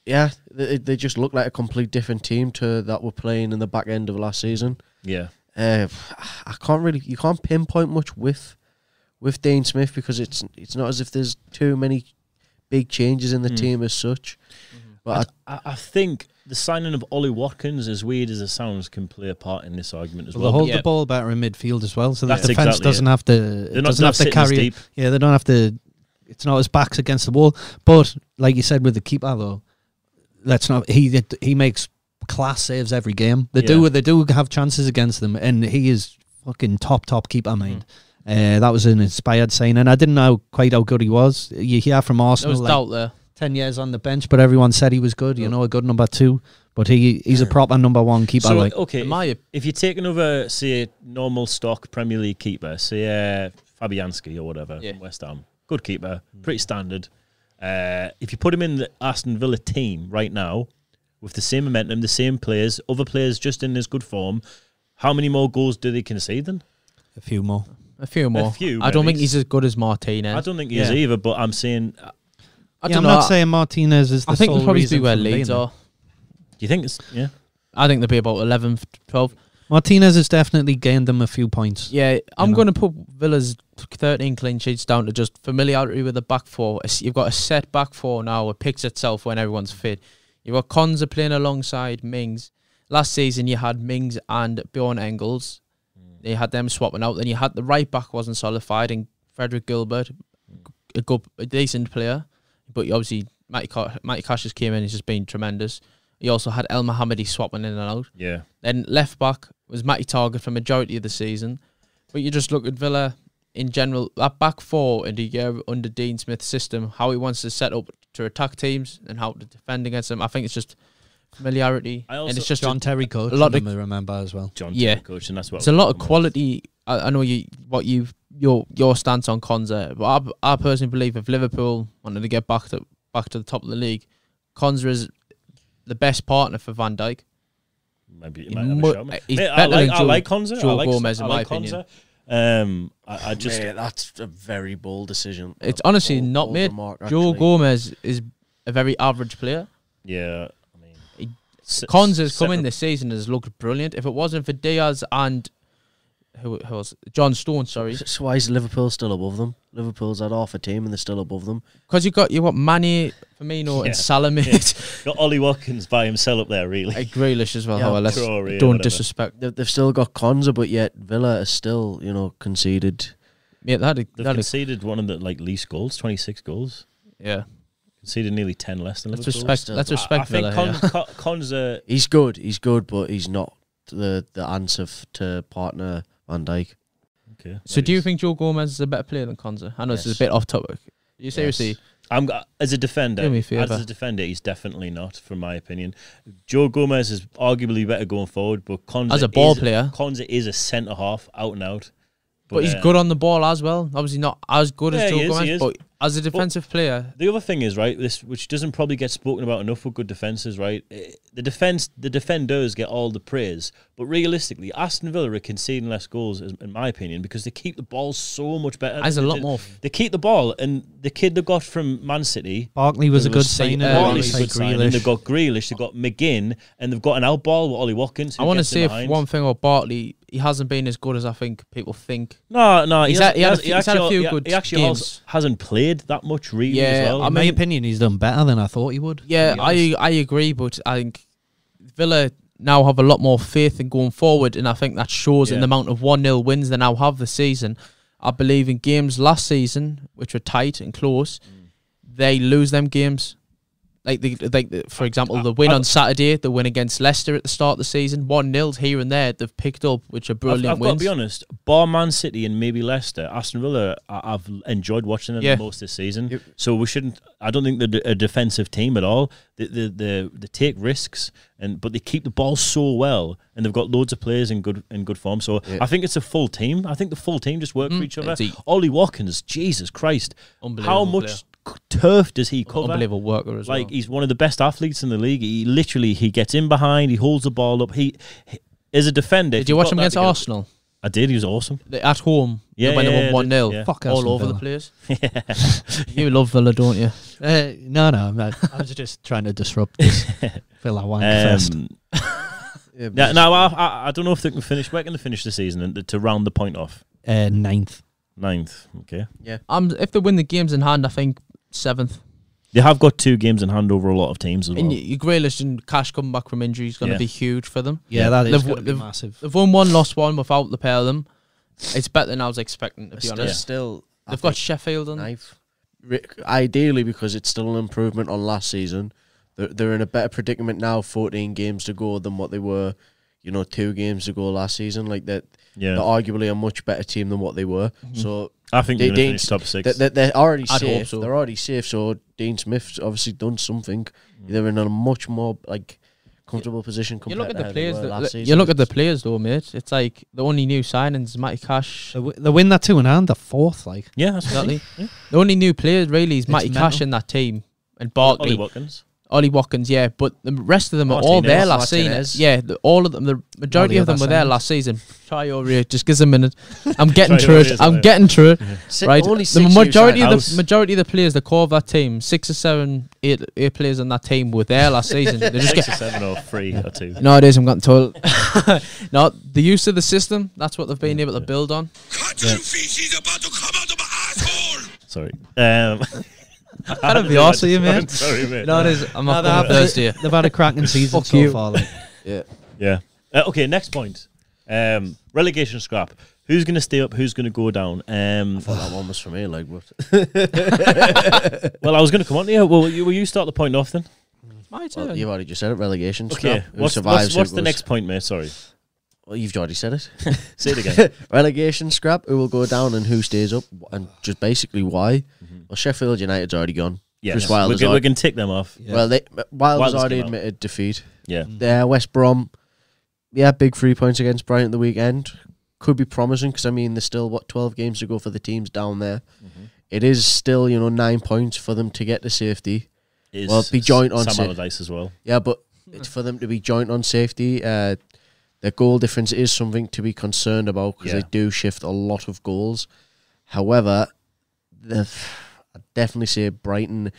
yeah, they, they just look like a complete different team to that we're playing in the back end of last season.
Yeah.
Uh, I can't really, you can't pinpoint much with with Dean Smith because it's it's not as if there's too many big changes in the
Mm.
team as such. But I,
I, I think the signing of Ollie Watkins, as weird as it sounds, can play a part in this argument as
well, they
well.
hold
yeah.
the ball better in midfield as well, so the
That's
defense
exactly
doesn't have to
They're
it doesn't
not- they're
have to
not sitting as
carry.
deep.
Yeah, they don't have to. It's not his backs against the wall, but like you said with the keeper though, let's not. He he makes class saves every game. They
Yeah.
do they do have chances against them, and he is fucking top top keeper
Hmm.
mind. Uh, that was an inspired sign, and I didn't know quite how good he was. You hear from
There
Arsenal,
was
like,
doubt there.
ten years on the bench, but everyone said he was good. You
Oh.
know, a good number two, but he he's a proper number one keeper.
So,
like
okay,
In my op-
if you take another, say, normal stock Premier League keeper, say uh, Fabianski or whatever,
Yeah.
from West Ham, good keeper,
Mm.
pretty standard. Uh, if you put him in the Aston Villa team right now, with the same momentum, the same players, other players just in as good form, how many more goals do they concede then?
a few more.
a few more.
few,
I don't
maybe.
think he's as good as Martinez.
I don't think he is
Yeah.
either, but I'm saying, uh, do
I
yeah,
don't
I'm
know.
not saying Martinez is. The
I think
sole
they'll probably
reason
be where
for them being
Leeds
there.
are.
you think it's, yeah?
I think they'll be about 11th, 12th.
Martinez has definitely gained them a few points.
Yeah, I'm
know.
going to put Villa's 13 clean sheets down to just familiarity with the back four. It's- You've got a set back four now. It picks itself when everyone's fit. You've got Konza playing alongside Mings. last season you had Mings and Bjorn Engels. You had them swapping out. Then you had the right back wasn't solidified and Frederick Gilbert, a good, a decent player, but you obviously Matty, Ca- Matty Cash just came in. He's just been tremendous. You also had El Mohammedi swapping in and out.
Yeah.
Then left back was Matty Target for majority of the season. But you just look at Villa in general, that back four in the year under Dean Smith's system, how he wants to set up to attack teams and how to defend against them. I think it's just familiarity.
I
and
also-
it's just
John Terry coach.
a lot of-
I remember as well.
John
Yeah.
yeah. coach, and that's what
it's a lot of
I'm on.
quality. I, I know you what you your your stance on Konza, but I, I personally believe if Liverpool wanted to get back to back to the top of the league, Konza is the best partner for Van Dijk.
Maybe
He
he might have
mu-
a shot. mate.
he's
Mate, I
better
like,
than
I
Joe-
like Konza.
Joe
I like,
Gomez, in
I
my
like
opinion.
Konza. Um, I, I just
Mate, that's a very bold decision.
It's
A
honestly
bold-
not
bold
made.
remark,
Joe
actually.
Gomez is a very average player.
yeah. I mean,
He-
s-
Cons has come
separate-
in this season and has looked brilliant. If it wasn't for Diaz and who, who else? John Stone, sorry,
So- So why is Liverpool still above them? Liverpool's had half a team and they're still above them.
because you got you got Manny, Firmino,
Yeah.
and Salah, mate.
Got Ollie Watkins by himself up there, really.
(laughs) and Grealish as well.
(laughs)
Yeah,
however, let's
Traore,
don't
whatever.
disrespect.
They've, they've still got Conza, but yet Villa are still, you know, conceded.
Mate, that
They've
that is
conceded one of the like least goals, twenty six goals.
yeah.
Conceded nearly ten less than
Let's
Liverpool.
respect.
still-
Let's
I-
respect
I think
Villa.
Con,
yeah.
Co- Konza
He's good, he's good, but he's not the the answer f- to partner Van Dijk.
Okay.
So, do you think Joe Gomez is a better player than Konza? I know this is
Yes.
a bit off topic. You seriously?
Yes.
I'm go- as a defender?
Do me a
as
favour.
a defender, he's definitely not, from my opinion. Joe Gomez is arguably better going forward, but Konza
As a ball
is,
player.
Konza is a centre half, out and out.
But, he's
uh,
good on the ball as well. Obviously not as good
Yeah,
as Joe
he is,
Gomez,
he is.
but as a defensive player,
The other thing is right, this which doesn't probably get spoken about enough with good defenses, right? Eh, The defense, the defenders get all the praise, but realistically, Aston Villa are conceding less goals, as- in my opinion, because they keep the ball so much better.
has a
They
lot
did-
more.
They keep the ball, and the kid they got from Man City,
Barkley was a
It was
good
say-
signing.
uh,
alongside
Bartley's a good signing.
Grealish.
They've got Grealish, they've got McGinn, and they've got an outball with Ollie Watkins.
I
want to
say if one thing about Bartley, he hasn't been as good as I think people think.
No, no,
He's
he
had- he had a
has-
few- he's had a few
he-
good
He actually has-
games.
hasn't played that much really
Yeah,
as well.
I
In my
mean-
opinion, he's done better than I thought he would.
Yeah,
be
I I agree, but I think Villa now have a lot more faith in going forward, and I think that shows in
Yeah.
the amount of one 0 wins they now have this season. I believe in games last season, which were tight and close,
Mm.
they lose them games. Like they, they, for example, the win
I-
on Saturday, the win against Leicester at the start of the season, one 0 here and there they've picked up, which are
I've,
brilliant
I've got to
wins.
be honest, bar Man City and maybe Leicester, Aston Villa, I, I've enjoyed watching them
Yeah.
the most this season.
Yep.
So we shouldn't. I don't think they're d- a defensive team at all. They, they, they, they take risks, and but they keep the ball so well, and they've got loads of players in good in good form. So
Yeah.
I think it's a full team. I think the full team just work for each other.
Mm. it's a-
Ollie Watkins, Jesus Christ, how
Unbelievable
much c turf does he cover?
Unbelievable worker as
like
well.
he's one of the best athletes in the league. He literally he gets in behind, he holds the ball up. He, he is a defender. if
Did you
you've
watch
got
him
that
against
together-
Arsenal?
I did. He was awesome.
They- At home,
Yeah,
when
yeah,
they
yeah,
won one 0
yeah.
Fuck
all
Aston
over the
Villa.
(laughs) place. you love Villa, don't you?
Uh, no, no, I'm not. (laughs) I was just trying to disrupt this Villa wank fest.
Um,
Yeah, but
yeah, now I, I, I don't know if they can finish. Where can they finish the season and to round the point off?
Uh, ninth.
Ninth. Okay.
Um, if they win the games in hand, I think seventh.
They have got two games in hand over a lot of teams as well.
And your Grealish and Cash coming back from injury is going to
Yeah.
be huge for them.
Yeah,
Yeah.
that is
They've-
gonna be
they've-
massive.
They've won one, lost one without the pair of them. It's better than I was expecting, to be
still,
honest.
still I
They've got
think
Sheffield on.
knife. Ri- Ideally, because it's still an improvement on last season. They're, they're in a better predicament now, 14 games to go, than what they were, you know, two games to go last season. Like, they're,
yeah,
they're arguably a much better team than what they were.
Mm.
So,
I think
they-
they're going to
they-
finish top six.
they're, they're already
Mm-hmm. I'd hope
safe.
so.
They're already safe. So, Dean Smith's obviously done something. They're in a much more, like, comfortable
Mm.
position
You
compared
look at
to
the
how
players.
they were
that-
last
look-
season.
you look at the
It's-
players, though, mate. It's like the only new signings: Matty
(laughs)
Cash.
They, w- they win that two and hand. They're fourth. Like
yeah, that's what I think.
Exactly. The only new player really is Matty
mental.
Cash in that team and
Ollie
Barkley,
Watkins.
Ollie Watkins. Yeah, but the rest of them are all
Martinez.
there last season.
Martinez.
Yeah, the, all of them. The majority
the
of them
other
were there
signings.
last season. Traore, just give us a minute.
(laughs)
I'm getting
Traore
through it.
is
I'm
there.
getting through it.
Si-
right?
only
the
six new
majority of the
signings.
majority of the players, the core of that team, six or seven, eight, eight players on that team were there last season. They
(laughs)
just
Six
get
or seven or three or two.
(laughs) no, it is. I'm getting told. (laughs) no, the use of the system. That's what they've been able to build on.
Yeah.
feces about to come out of my asshole!
Sorry. Um, (laughs)
Out of the arse of you, man.
sorry, mate.
No, it is. I'm
No,
not
they
going
have-
to Thursday.
they've had a cracking season
Fuck
so
you.
far. Like,
Yeah.
Yeah. Uh, okay, next point. Um, relegation scrap. Who's going to stay up? Who's going to go down? Um,
Thought that one was for me, like, but
well, I was going to come on to you. Well, you, will you start the point off then?
My turn.
well, you've already just said it. Relegation.
Okay.
scrap. Who
What's,
survives?
what's,
who
what's the
goes-
next point, mate?
(laughs)
Sorry.
Well, you've already said it.
Say it again.
(laughs) relegation scrap. Who will go down and who stays up, and just basically why?
Mm-hmm.
Well, Sheffield United's already gone.
yes.
Chris
We're
Wilder's
gonna-
al-
we can tick them off.
Yeah.
Well, they, Wilder's
Wilder's
already
came out. Mm-hmm.
admitted defeat.
Yeah.
Yeah, West Brom. Yeah, big three points against Brighton at the weekend. Could be promising because I mean there's still what twelve games to go for the teams down there. It is still you know nine points for them to get to safety.
Is
Well, be joint on
Sam
Sa-
Allardyce as well.
Yeah, but it's for them to be joint on safety. Uh, their goal difference is something to be concerned about because
Yeah.
they do shift a lot of goals. However, the, I definitely say Brighton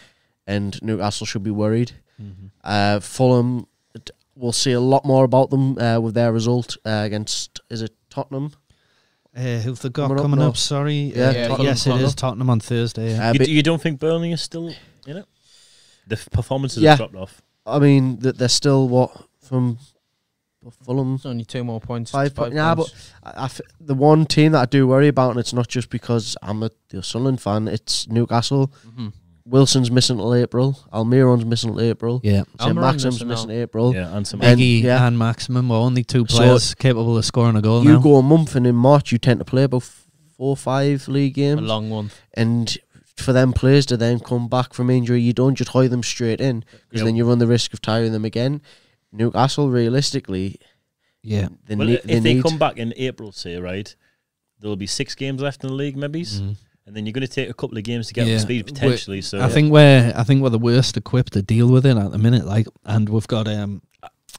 and Newcastle should be worried.
Mm-hmm.
Uh, Fulham, d- we'll see a lot more about them uh, with their result uh, against is it Tottenham?
Uh, who've they got
Coming
coming
up
up?
now.
sorry,
Yeah,
Uh,
Yeah,
Tot-
Tottenham
yes, it
coming
is
up.
Tottenham on Thursday. Yeah.
Uh,
You,
but-
d- you don't think Burnley is still in it? The f- performances
Yeah.
have dropped off.
I mean, th- they're still what from Fulham
It's only two more points.
Five
Five,
point-
five
nah,
points.
I, I f- the one team that I do worry about, and it's not just because I'm a, a Sunderland fan, it's Newcastle.
Mm-hmm.
Wilson's missing till April. Almiron's missing till April.
Yeah.
St.
Almiron
Maxim's
missing
missing
out.
April.
Yeah, and some
And-
Iggy
yeah.
and Maximum were only two
So-
players capable of scoring a goal
You
now.
go a month, and in March you tend to play about f- four or five league
A
games.
long one.
And for them players to then come back from injury, you don't just hoy them straight in because
Yeah.
then you run the risk of tiring them again. Newcastle, realistically,
yeah.
they,
well,
need,
if they
need
come back in April, say right, there'll be six games left in the league, maybe,
Mm.
Mm.
and then you're going to take a couple of games to get up
Yeah.
to speed
We-
potentially. So
I think we're I think we're the worst equipped to deal with it at the minute. Like, and we've got um,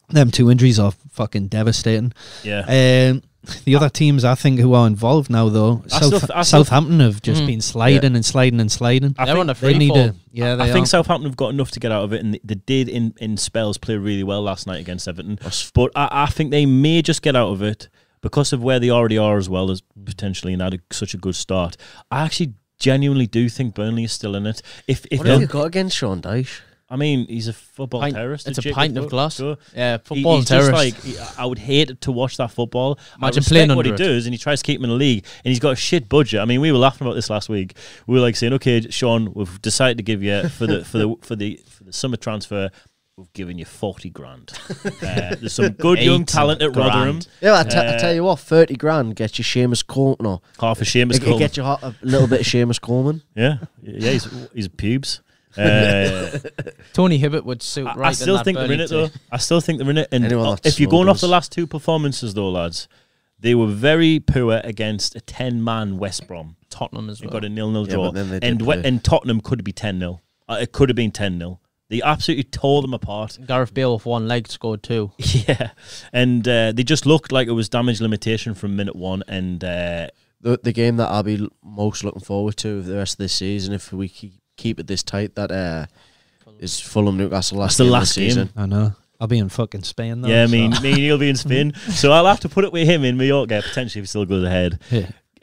them two injuries are fucking devastating.
yeah,
Um, the other teams I think who are involved now though,
I still
South,
th- I still th-
Southampton have just
Mm.
been sliding and sliding and sliding.
I
They're
think
on a
They
free
need
fall.
to, yeah, they
I
are.
think Southampton have got enough to get out of it, and they did in, in spells play really well last night against Everton. But I, I think they may just get out of it because of where they already are, as well as potentially, and had a, such a good start. I actually genuinely do think Burnley is still in it. If if
What have
they'll-
you got against Sean Dyche?
I mean, he's a football
Pint-
terrorist.
it's
did
a
Jacob
pint of
Go-
glass.
Go?
Yeah,
He-
football
he's
terrorist.
Just like, he- I would hate to watch that football. I
Imagine
respect
playing
what he
under it.
does, and he tries to keep him in the league, and he's got a shit budget. I mean, we were laughing about this last week. We were like saying, "Okay, Sean, we've decided to give you for the for
(laughs)
the for the for the summer transfer." We've given you forty grand. Uh, there's some good young
Eight
talent at
grand.
Rotherham.
Yeah, I te- I
Uh,
tell you what, thirty grand gets you Seamus Coulton.
Half a shame is
It, it
cool.
gets you hot- a little bit of Seamus
(laughs)
Coleman.
Yeah, yeah, he's, he's
(laughs)
pubes. Uh,
Tony Hibbert would suit
I-
right.
I still think they're in it though. I still think they're in it. And
Anyone
uh,
that
if you're going off the
snortles.
last two performances though, lads, they were very poor against a ten man West Brom.
Tottenham as
They
well.
got a nil nil
Yeah,
draw.
but then they did
and we-
play.
and Tottenham could be ten 0 uh, It could have been ten 0 They absolutely tore them apart. (laughs)
Gareth Bale with one leg scored two.
Yeah, and uh, they just looked like it was damage limitation from minute one. And uh,
The, the game that I'll be l- most looking forward to the rest of this season, if we keep, keep it this tight, that uh, is Fulham Newcastle
That's
last
the
game of
last game.
season.
I know. I'll be in fucking Spain though.
yeah, I
so-
mean, me and he'll be in
(laughs)
Spain, so I'll have to put it with him in Mallorca potentially if he still goes ahead.
(laughs)
(laughs)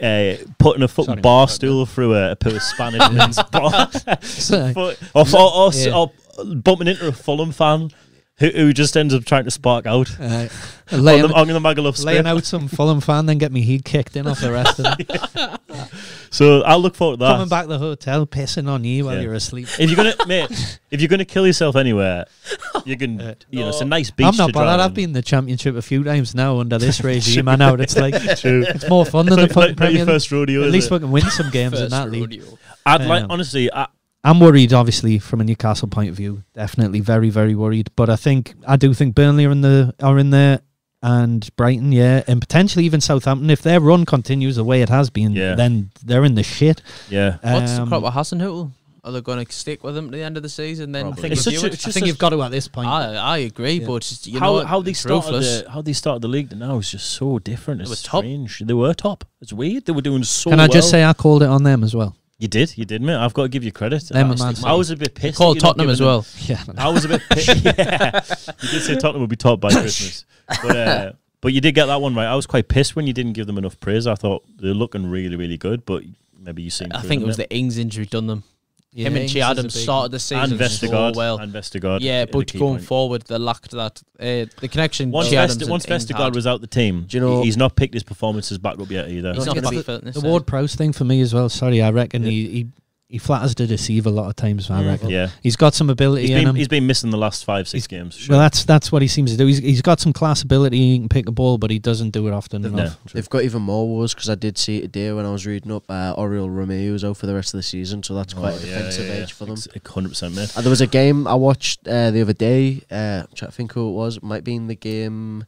Yeah.
Uh, putting a fucking
Sorry,
bar
uh,
sorry.
stool through a, a poor Spanish (laughs) man's bar.
So-
But or, or, or,
Yeah.
or bumping into a Fulham fan who, who just ends up trying to spark out
Uh,
on
laying,
the, on the Magaluf
laying
script.
out some Fulham fan, then get me heat kicked in off the rest
(laughs)
of them.
So I'll look forward to that.
Coming back to the hotel, pissing on you while
Yeah.
you're asleep.
If you're gonna, mate, if you're gonna kill yourself anywhere, you can.
(laughs)
You know, it's a nice Mm. beach.
Uh, I'm not
to
bothered.
drown
I've
in.
been in the championship a few times now under this regime. I know it's like (laughs)
(laughs) True.
it's more fun than the
Not-
fucking
not, not
Premier
your
League.
first rodeo.
At
is
least
it?
we can win
(laughs)
some games in that league.
I'd like
um,
honestly. I,
I'm worried, obviously, from a Newcastle point of view. Definitely, very, very worried. But I think I do think Burnley are in the are in there, and Brighton, yeah, and potentially even Southampton. If their run continues the way it has been,
Yeah.
then they're in the shit.
yeah.
What's the
Um,
crop with Hasenhutel? Are they going to stick with him to the end of the season? Then
Probably.
think
It's
of
such
you-
a- it's
I
just
think
a-
you've got to at this point.
I, I agree,
Yeah.
but just, you
how,
know what?
how they
It's
started
ruthless.
the, how they started the league to now is just so different. It's
They were top.
strange. They were top. It's weird. They were doing so.
Can I
well.
just say I called it on them as well?
you did? You did, mate. I've got to give you credit.
Them and
Honestly,
Man City.
I was a bit pissed. that
called
you're not
Tottenham as
giving them-
(laughs) well.
Yeah.
I was a bit. Pissed. yeah, you did say Tottenham would be top by
(coughs)
Christmas, but uh, but you did get that one right. I was quite pissed when you didn't give them enough praise. I thought they're looking really, really good, but maybe you seen.
I
through
think it
them
was
a bit.
the Ings injury done them. Him and
Ings
Chi
is a
Adams
big-
started the
And
season so
Vestergaard.
well.
And Vestergaard.
yeah,
are the
but
key
going
point.
forward, they lacked that. Uh, the connection.
Once,
Chi Adams
Vest-
and
once
Ings
Vestergaard
had.
was out the team,
Do you know-
he's not picked his performances back up yet either.
he's
I
not
think
back
it's
for it.
The Ward Prowse thing for me as well. Sorry, I reckon he, he he flatters to deceive a lot of times. I
Mm.
reckon
yeah,
he's got some ability
he's
in him.
been, he's been missing the last five six
He's-
games. for
Well,
sure.
that's that's what he seems to do. He's, he's got some class ability. He can pick a ball, but he doesn't do it often
No,
enough.
true.
They've got even more wars because I did see it today when I was reading up. Uh, Oriol Romeo's out for the rest of the season, so that's quite a defensive edge for them.
Hundred percent, mate.
Uh, there was a game I watched uh, the other day. Uh, I'm trying to think who it was. It might have been the game.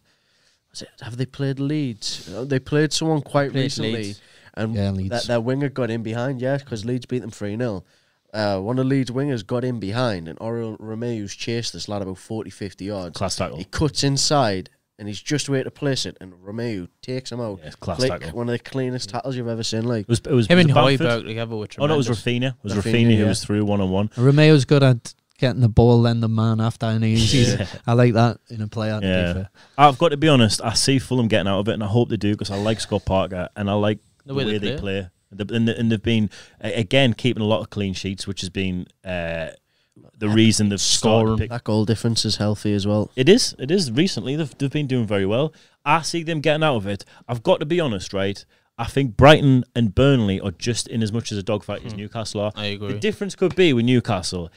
Was it? Have they played Leeds? Uh, they played someone quite
Played
recently,
Leeds.
and
Yeah,
their,
Leeds.
their winger got in behind. Yeah, because Leeds beat them three 0 uh, One of Leeds wingers got in behind, and Oriol Romeo's chased this lad about 40, 50 yards.
Class tackle.
He cuts inside, and he's just way to place it, and Romeo takes him out.
Yeah, it's class
Click,
tackle.
One of the
Mm.
cleanest tackles you've ever seen. Like
It was it was
Him
was
and
it Bamford?
Hoiberg together were
Oh no, it
tremendous.
was Rafinha. It was
Rafinha,
Rafinha, who
yeah.
was through one on one.
Romeo's good at getting the ball, then the man after, and he's, he's I like that in a player. to be
Yeah.
fair.
I've got to be honest. I see Fulham getting out of it, and I hope they do because I like Scott Parker and I like the, way, they, play. The- And, the, and they've been a- again keeping a lot of clean sheets, which has been uh, the reason they've scored.
Scoring.
that goal difference is healthy as well.
It is. It is. Recently, they've, they've been doing very well. I see them getting out of it. I've got to be honest, right? I think Brighton and Burnley are just in as much as a dogfight as Newcastle are.
I agree.
The difference could be with Newcastle,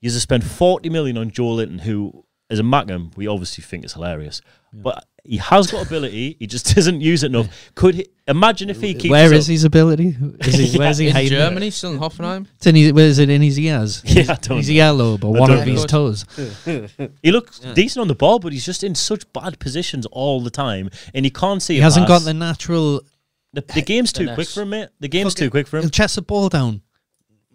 you just spend 40 million on Joe Linton, who, as a Magnum, we obviously think is hilarious. But he has got ability, he just (laughs) doesn't use it enough. Could he, imagine if he keeps.
Where
it
is
up-
his ability? Is
(laughs)
he, where's he
in
hiding? it?
Germany, still in Hoffenheim.
It's in his, where is it in his ears?
(laughs) Yeah, I don't
His
know.
ear lobe or
I
one
don't
of his
know.
toes.
He looks decent on the ball, but he's just in such bad positions all the time, and he can't see.
He
a
hasn't
pass.
got the natural.
The, the game's too
Finesse.
quick for him, mate. The game's
Fucking-
too quick for him.
He'll chest the ball down,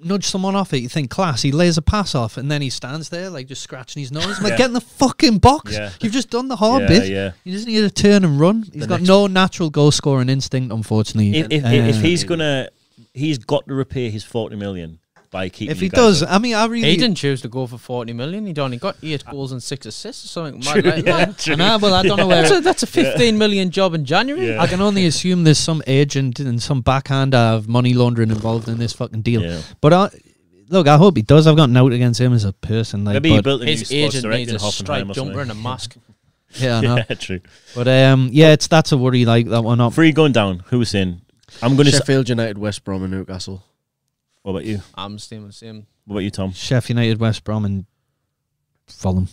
nudge someone off it. You think class. He lays a pass off, and then he stands there like just scratching his
(laughs)
nose. I'm like,
Yeah.
get in the fucking box.
Yeah.
You've just done the hard
Yeah,
bit.
yeah.
You just need to turn and run. He's got
next-
no natural goal scoring instinct, unfortunately.
if, if,
Uh,
if he's gonna, he's got to repay his forty million by keeping.
if
you
he
guys
does, oh
up.
I mean, I really.
He didn't choose to go for 40 million. He'd only got eight goals and six assists or (laughs) something.
True,
like
yeah,
that.
true.
And I, well, I don't know where.
That's a, that's a 15 million job in January.
Yeah.
I can only assume there's some agent and some backhander of money laundering involved in this fucking deal.
Yeah.
But I, look, I hope he does. I've got no out against him as a person. Like,
maybe
but,
he built a new
His
sports
agent
director
needs
in
a
Hoffenheim
straight
or
jumper
something. (laughs)
and (laughs) a mask.
yeah, I know.
Yeah, true.
But um, yeah, it's that's a worry. Like that one up.
Three going down. Who was in? I'm gonna. Say,
Sheffield United, West Brom, and Newcastle.
what about you?
I'm staying the same.
What about you, Tom?
Sheffield United, West Brom, and Fulham.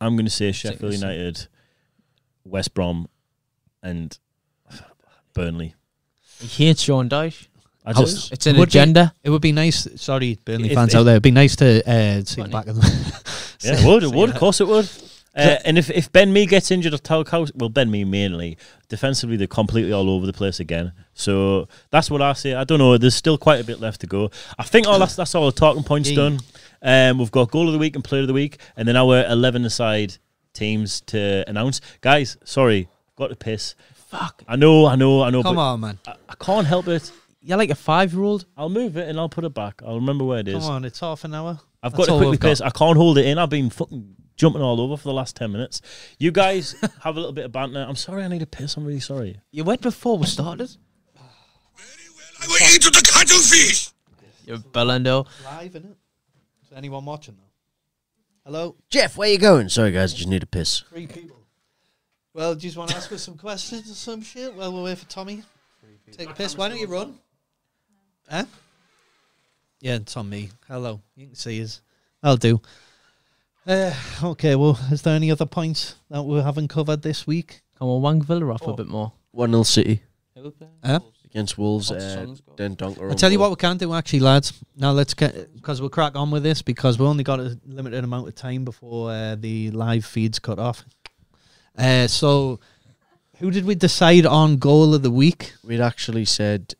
I'm gonna say Sheffield
Sickness.
United, West Brom, and Burnley.
He hates Sean Dyche.
I
How-
just.
It's an
Would be-
agenda.
It would be nice. Sorry, Burnley
If-
fans
if-
out there. It'd be nice to uh, see the
Funny.
back of them.
Yeah, it would. It would. Of course, it would. Uh, and if, if Ben Mee gets injured or Talcow, well, Ben Mee mainly, defensively, they're completely all over the place again. So that's what I say. I don't know. There's still quite a bit left to go. I think all that's, that's all the talking points
Yeah.
done. Um, we've got goal of the week and player of the week, and then our 11 aside teams to announce. Guys, sorry, got to piss.
Fuck.
I know, I know, I
(laughs)
know,
Come
but
on, man.
I, I can't help it.
You're like a five year old.
I'll move it and I'll put it back. I'll remember where it is.
Come on. It's half an hour.
I've
That's
got to
all
quickly
we've got.
piss. I can't hold it in. I've been fucking jumping all over for the last 10 minutes.
(laughs)
You guys have a little bit of banter. I'm sorry I need a piss. I'm really sorry.
You went before we started.
I will eat the cuttlefish.
You're Belendo.
Live in it. Is anyone watching though? Hello,
Jeff, where you going? Sorry, guys, I just need a piss.
three people. Well, do you want to ask us some questions or some shit? Well, we'll wait for Tommy. Take a piss. Why don't you run? Huh? Yeah, it's on me. Hello. You can see us. I'll do. Uh, okay, well, is there any other points that we haven't covered this week?
Come on, Wang Villa off a bit more.
One 0 City
Huh?
against Wolves.
Hot
Uh,
sun's got-
then Donker.
I'll tell you what we can do, actually, lads. Now let's get, because we'll crack on with this, because we've only got a limited amount of time before uh, the live feeds cut off. Uh, so, who did we decide on goal of the week?
We'd actually said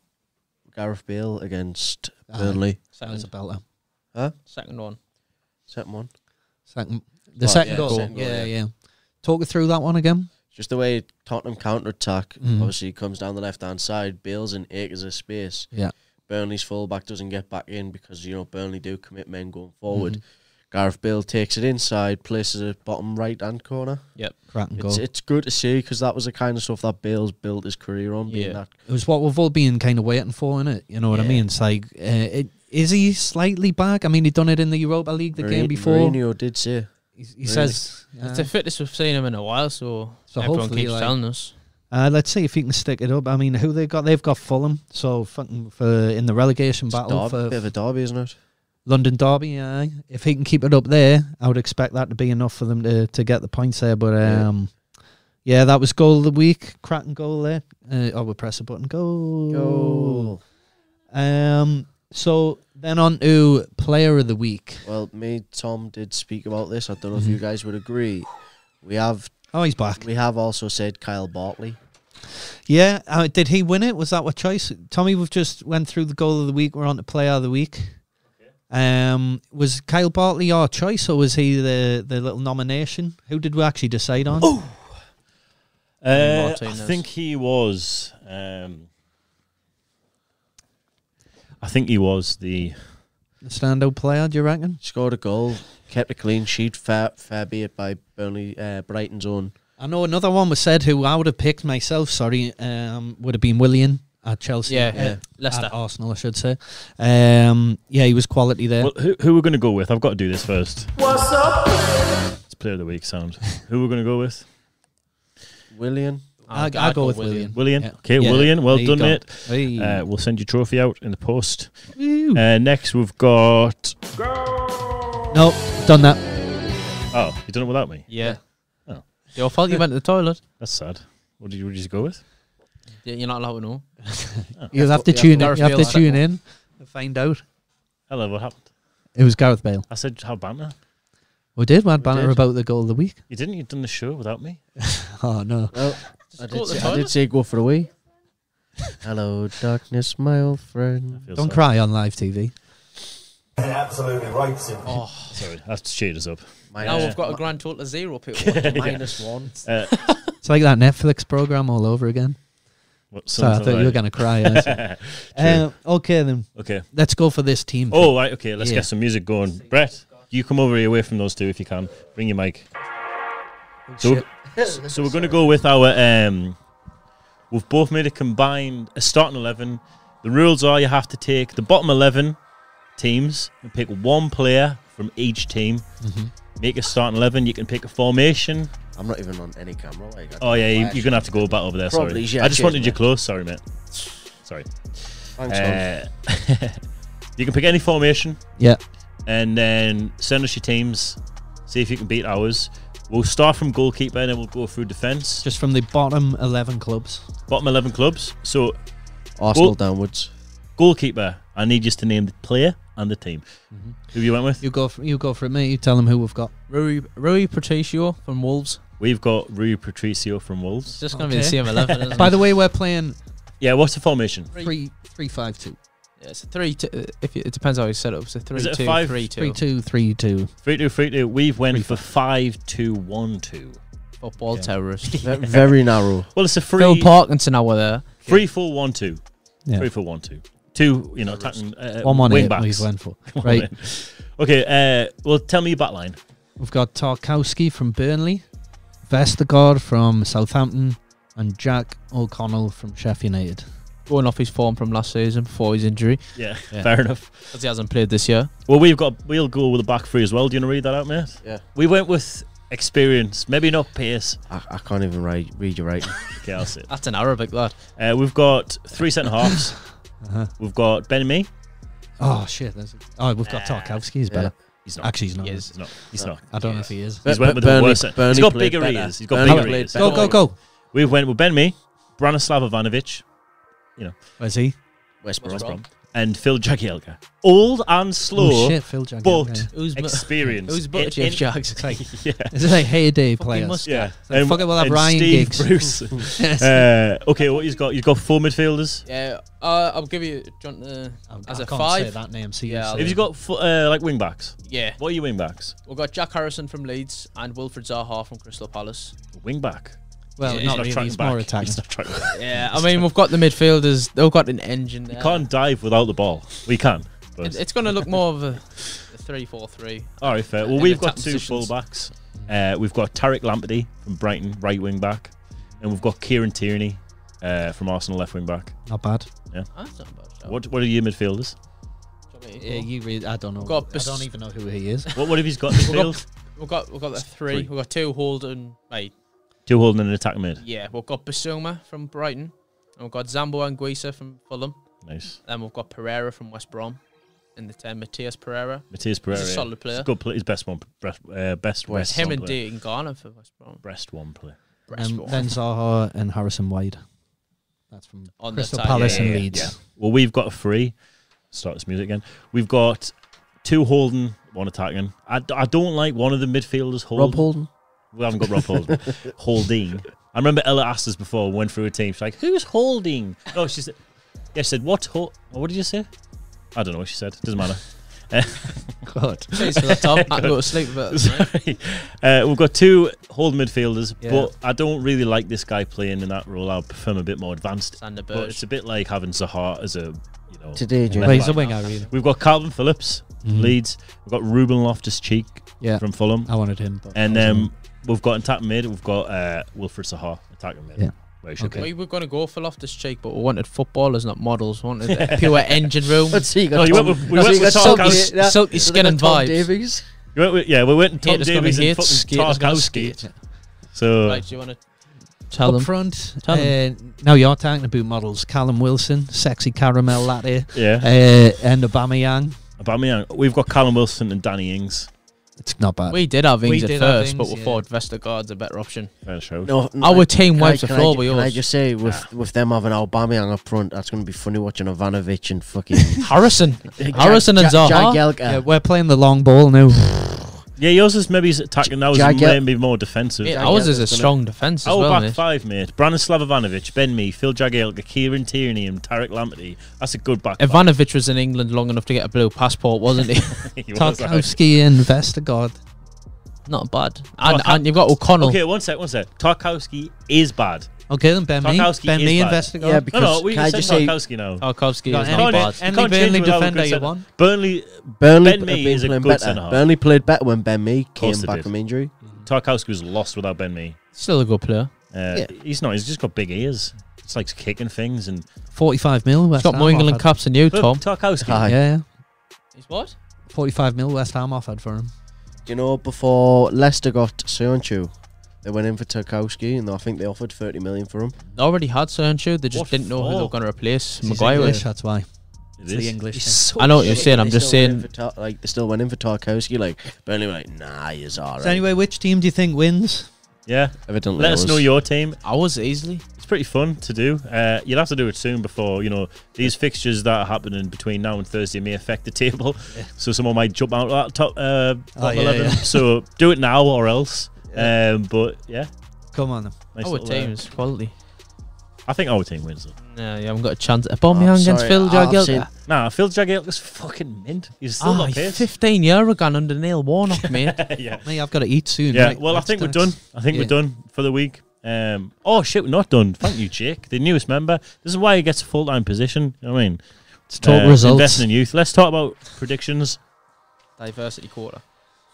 Gareth Bale against
Aye.
Burnley.
That was a
Second,
belter.
second one.
Second one.
Second, the
Oh,
second
yeah,
goal.
second goal,
yeah,
yeah.
yeah, Talk us through that one again.
Just the way Tottenham counter attack.
Mhm.
Obviously, he comes down the left hand side. Bale's in acres of space.
Yeah.
Burnley's fullback doesn't get back in because you know Burnley do commit men
Mm-hmm.
going forward. Gareth Bale takes it inside, places it bottom right hand corner.
Cracking goal.
It's,
It.
it's good to see because that was the kind of stuff that Bale's built his career on, being
Yeah.
that
was what we've all been kind of waiting for, innit? You know what I
Yeah.
mean? It's like uh, it, Is he slightly back? I mean, he done it in the Europa League the game
Mourinho-
before.
Mourinho did say
He, he says, uh,
It's the fittest we've seen him in a while, so,
Uh-huh. So
everyone
hopefully,
keeps
like-
telling us.
uh, "Let's see if he can stick it up." I mean, who they got? They've got Fulham, so fucking for in the relegation
it's a
battle
derby- bit
for
of a derby, isn't it?
London Derby. aye. if he can keep it up there, I would expect that to be enough for them to, to get the points there. But
Yeah.
um, yeah, that was goal of the week, cracking goal there. Uh, oh, we press a button, goal.
Goal.
Um, so then on to player of the week.
Well, me, Tom did speak about this. I don't know if you guys would agree. We have
Oh, he's Mm-hmm. back.
we have also said Kyle Bartley.
Yeah, uh, did he win it? Was that what choice? Tommy, we've just went through the goal of the week. We're on to player of the week. Um, was Kyle Bartley our choice, or was he the the little nomination? Who did we actually decide on? Oh,
And
Uh, I
Martinez.
think he was. Um, I think he was the.
the standout player, do you reckon?
Scored a goal, kept a clean sheet. Fair, fair be it by Burnley, uh, Brighton's own.
I know another one was said who I would have picked myself. Sorry, um, would have been Willian at Chelsea.
Yeah,
uh,
yeah. Leicester.
at Arsenal, I should say. Um, yeah, he was quality there.
Well, who, who we're going to go with? I've got to do this first. What's up? It's player of the week sound. who we're going to go with?
William.
I,
I'll-
I
I'll
go with
Willian.
Willian.
William.
Yeah.
Okay,
Yeah,
William. Well
there you
done,
go.
mate.
Hey.
Uh, we'll send your trophy out in the post.
Woo.
Uh, next, we've got.
no, done that.
Oh, you done it without me.
Yeah.
Oh.
Your fault you went to the toilet.
That's sad. What did you, what did you go with?
Yeah, You're not allowed to know.
You'll have to
to- you
tune
have
in.
to-
You have to
Gareth Bale.
tune in and find out.
Hello, what happened?
It was Gareth Bale.
I said, how banter?
We did. We had banner
did.
about the goal of the week.
You didn't. You'd done the show without me.
(laughs) Oh no!
Well,
go
I did,
to the
say, I
toilet.
did say go for a wee. Hello, darkness, my old friend.
Feels
Don't
sad.
cry on live TV.
absolutely rapes him.
Sorry, that's cheated us up.
Now
Minus,
we've got a grand total of zero people. watching.
minus one.
(laughs)
Uh,
It's like that Netflix program all over again.
what,
Sorry, I
something
thought you were
like-
going to cry. Ernest. (laughs) uh, okay then, (laughs)
Okay.
let's go for this team.
Oh, right. Okay, let's
Yeah.
get some music going. Brett, you come over here away from those two if you can. Bring your mic. So, so we're going to go with our. Um, we've both made a combined a starting eleven. The rules are you have to take the bottom eleven teams and pick one player from each team.
Mm-hmm.
Make a starting eleven. You can pick a formation.
I'm not even on any camera. Like, I
Oh yeah, you,
flash.
you're gonna have to go back over there.
Probably,
sorry,
yeah,
I just
cheers,
wanted you
mate.
close. Sorry, mate. Sorry.
Thanks, Tom.
Uh, (laughs) you can pick any formation
yeah.
and then send us your teams. See if you can beat ours. We'll start from goalkeeper and then we'll go through defence.
Just from the bottom eleven clubs.
Bottom 11 clubs. So,
Arsenal
Uh, Well-
downwards.
goalkeeper, I need you to name the player and the team.
Mm-hmm.
Who you went with?
You go. For, you go for it, mate. You tell them who we've got.
Rui, Rui Patricio from Wolves.
We've got Rui Patricio from
It's
Wolves.
just going to be the
Okay.
same 11, (laughs) isn't
By
it?
the way, we're playing
Yeah, what's the formation?
three, three, five, two,
Yeah, it's a 3 t- uh, if you, It depends how you set it up. It's a 3
it a
2
five-
3 2.
three, two, three, two.
3 2 3 2. We've went for 5 2 1 2.
Football
Yeah.
terrorist.
Ve- Very narrow.
Well, it's a
Phil
3
Parkinson, now we're there.
3 4 1 2.
Yeah.
3 4 1 2. Two, you know, attacking uh,
One one
wing
eight.
backs.
We've
(laughs)
went for right.
Okay, uh, well, tell me your back line.
We've got Tarkowski from Burnley, Vestergaard from Southampton, and Jack O'Connell from Sheffield United.
Going off his form from last season before his injury.
Yeah,
Yeah.
fair enough.
Because he hasn't played this year.
Well, we've got we'll go with a back three as well. Do you want to read that out, mate?
Yeah.
We went with experience, maybe not pace.
I, I can't even write, read your writing.
Okay, I'll
(laughs)
sit.
That's an Arabic, that.
Uh, we've got three centre halves.
Uh-huh.
We've got Ben and me.
Oh shit! There's a, oh, we've got Tarkowski. He's better.
He's not.
Actually, he's not.
He is.
He's not. He's not.
I don't know if he is.
(laughs) He's went
But- but
with the
Burnley-
worst. centre- He's
Burnley
got
played
bigger
better.
ears. He's got
Burnley
bigger
played
ears.
better.
Go go go!
We've went with Ben me, Branislav Ivanovic,
Where's he?
West Brom.
West Brom, and Phil Jagielka. Old and
Oh
slow,
shit! Phil Jack.
but
Who's bu-
experience.
(laughs) Who's but
In-
Jeff Jags? (laughs)
It's like
in- (laughs) yeah.
it's like heyday players. (laughs)
must-
Yeah,
like, fuck it, we'll have Ryan
Steve
Giggs.
(laughs)
Bruce. uh, okay, what he's got? You've got four midfielders.
Yeah, uh, I'll give you John uh, as a
I can't say
five.
that name. So you
Oh, Yeah,
say
I'll-
it.
Have you got fo- uh, like wing backs?
Yeah,
What are your wing backs?
we've got Jack Harrison from Leeds and Wilfred Zaha from Crystal Palace.
Wing back.
well,
he's
not,
not
really.
tracking
He's more
back.
attacking.
He's not tracking back.
(laughs) Yeah, I mean we've got the midfielders. They've got an engine there.
You can't dive without the ball. We can. But
It- it's going to look more of (laughs) a three-four-three.
all right, fair. Well,
in
we've
the
got
attack
two
positions.
fullbacks. Uh, we've got Tarek Lamptey from Brighton, right wing back, and we've got Kieran Tierney uh, from Arsenal, left wing back.
Not bad.
Ah, That's not a bad. shout. (laughs)
What What are your midfielders?
John
Yeah, you read. I don't know.
Got
I
bes-
don't even know who he is.
What, what have he's got in the
We've got-
field?
We've got we've got the three.
Three.
We've got two Holden. Mate,
Two holding an attack mid.
yeah, we've got Basuma from Brighton, and we've got Zambo and Guisa from Fulham.
Nice.
Then we've got Pereira from West Brom in the ten. Matias Pereira.
Matthias Pereira.
He's a solid
He's
player.
a good player. He's best one. Best, uh, best West.
Him
one
and
player.
Dean Garner for West Brom.
Breast one player.
West
Um,
Brom.
then Zaha and Harrison Wade. That's from
On the
Crystal
side,
Palace
yeah,
and
yeah,
Leeds.
yeah. Well, we've got three. Start this music again. We've got two holding, one attacking. I, d- I don't like one of the midfielders holding.
Rob Holden.
We haven't got Rob
(laughs)
Holding. Holding. I remember Ella asked us before, went through a team. She's like, who's holding? No, she said, yeah, she said, what? Ho- what did you say? I don't know what she said. Doesn't matter. (laughs)
God.
Cheers for that, Tom. I can go to sleep. But
Sorry. Uh, we've got two holding midfielders,
Yeah.
but I don't really like this guy playing in that role. I prefer him a bit more advanced.
Sander
But
Burge.
it's a bit like having Zaha as a, you know.
(laughs) Today, Jim.
Well, he's a
Right.
winger, really.
We've got Calvin Phillips, Leeds. We've got Ruben Loftus-Cheek
Mm-hmm. Yeah,
from Fulham.
I wanted him. But
And
I
then
was
um, we've got attack mid. We've got uh, Wilfred Zaha attacking mid.
Yeah.
Where he should
Okay.
be.
We were going to go for Loftus Cheek, but we wanted footballers, not models. We wanted pure engine room.
(laughs) Let's see. You got
No, Oh, you
Tom-
went with- we
so
went
you
with
got Tom
Tarkowski.
Da- yeah,
Silky
you
skin
got
and
Tom
vibes.
Davies.
You went with- yeah, we went and Tom
Haters gonna
Davies and
hate,
fucking
skaters gonna
Tarkowski.
skate.
So
Right, do you want to tell
up
them?
front,
Tell
uh, now you're talking about models. Callum Wilson, sexy caramel
(laughs)
latte, uh,
yeah,
and Aubameyang.
Aubameyang. uh, We've got Callum Wilson and Danny Ings.
It's not bad.
We did have
We
Ings at
did have
first, but
Ings,
we
yeah.
thought Vestergaard's a better option.
Fair show.
No, no,
Our
I-
team
Mm, can I-
wipes the
can
floor
I,
with
Can I
yours.
just say, with with them having Aubameyang up front, that's going to be funny watching Ivanovic
(laughs)
and fucking
Harrison, Harrison and
Ja-
Zaha.
Jagielka.
yeah, we're playing the long ball
(laughs)
now.
Yeah, yours is maybe attacking. That was
Jagger-
maybe more defensive.
Mate, ours
Jagielka's
is a
gonna-
strong defence as
Our
well,
Oh, back
mate.
five, mate. Branislav Ivanovic, Ben Mee, Phil Jagielka, Kieran Tierney, and Tarek Lamptey. That's a good back. five.
Ivanovic was in England long enough to get a blue passport, wasn't he?
(laughs) He was like-
Tarkowski and Vestergaard.
Not bad. And,
Tarkow-
and you've got O'Connell.
Okay, one sec, one sec. Tarkowski is bad.
Okay, then Ben Mee.
Tarkowski
Ben
is
Mee and
bad.
Vestergaard.
yeah, because
no, no, we
can I
said
just say
Tarkowski now.
Oh. Tarkovsky
Got
is
any-
not bad.
any
Can't change
Burnley
without a good
defender you
centre-
want?
Burnley,
Burnley,
Ben Mee is a
playing
good
better.
centre-half.
Burnley played better when Ben Mee
course
came
they
back
did.
from injury.
Tarkowski was lost without Ben Mee.
Still a good player.
Uh, He's not. He's just got big ears. It's like kicking things and
45 mil. West
He's got
Ham
more England
offered.
caps than you, Tom.
Tarkowski.
Aye.
Yeah, yeah.
He's what?
45 mil West Ham offered for him.
You know, before Leicester got Sancho, they went in for Tarkowski, and I think they offered thirty million for him.
They already had Sancho. They just
What
didn't know who they were
for?
going to replace
He's
Maguire
English,
with.
that's why.
It
It's
is.
the English thing.
I know what you're saying. I'm
They
just
still went in
saying.
for Tar- like they still went in for Tarkowski. Like Burnley, were like nah, he's alright.
So anyway, which team do you think wins?
Yeah.
evidently
Let
it
us
was- (laughs)
know your team.
I was easily.
It's pretty fun to do. Uh, you'll have to do it soon before, you know, these fixtures that are happening between now and Thursday may affect the table. So someone might jump out of that top, uh, bottom
yeah,
11.
yeah.
So do it now or else. Um, but yeah.
Come on. then.
nice
Our
little, uh,
team is quality.
I think our team wins. Though.
No, you haven't got a chance. A bomb against
sorry,
Phil
I've
Jagielka.
seen-
Nah, Phil Jagielka's fucking mint. He's still
Ah,
not pissed. (laughs)
15 year ago under Neil Warnock, mate.
yeah.
Me, I've got to eat soon.
Yeah,
right?
well, I
Let's
think
do
we're
it.
done. I think
Yeah.
we're done for the week. Um, oh shit, we're not done. Thank you, Jake, the newest member. This is why he gets a full time position. You know what I mean,
Let's talk results.
Uh, Investing in youth. Let's talk about predictions.
Diversity quarter.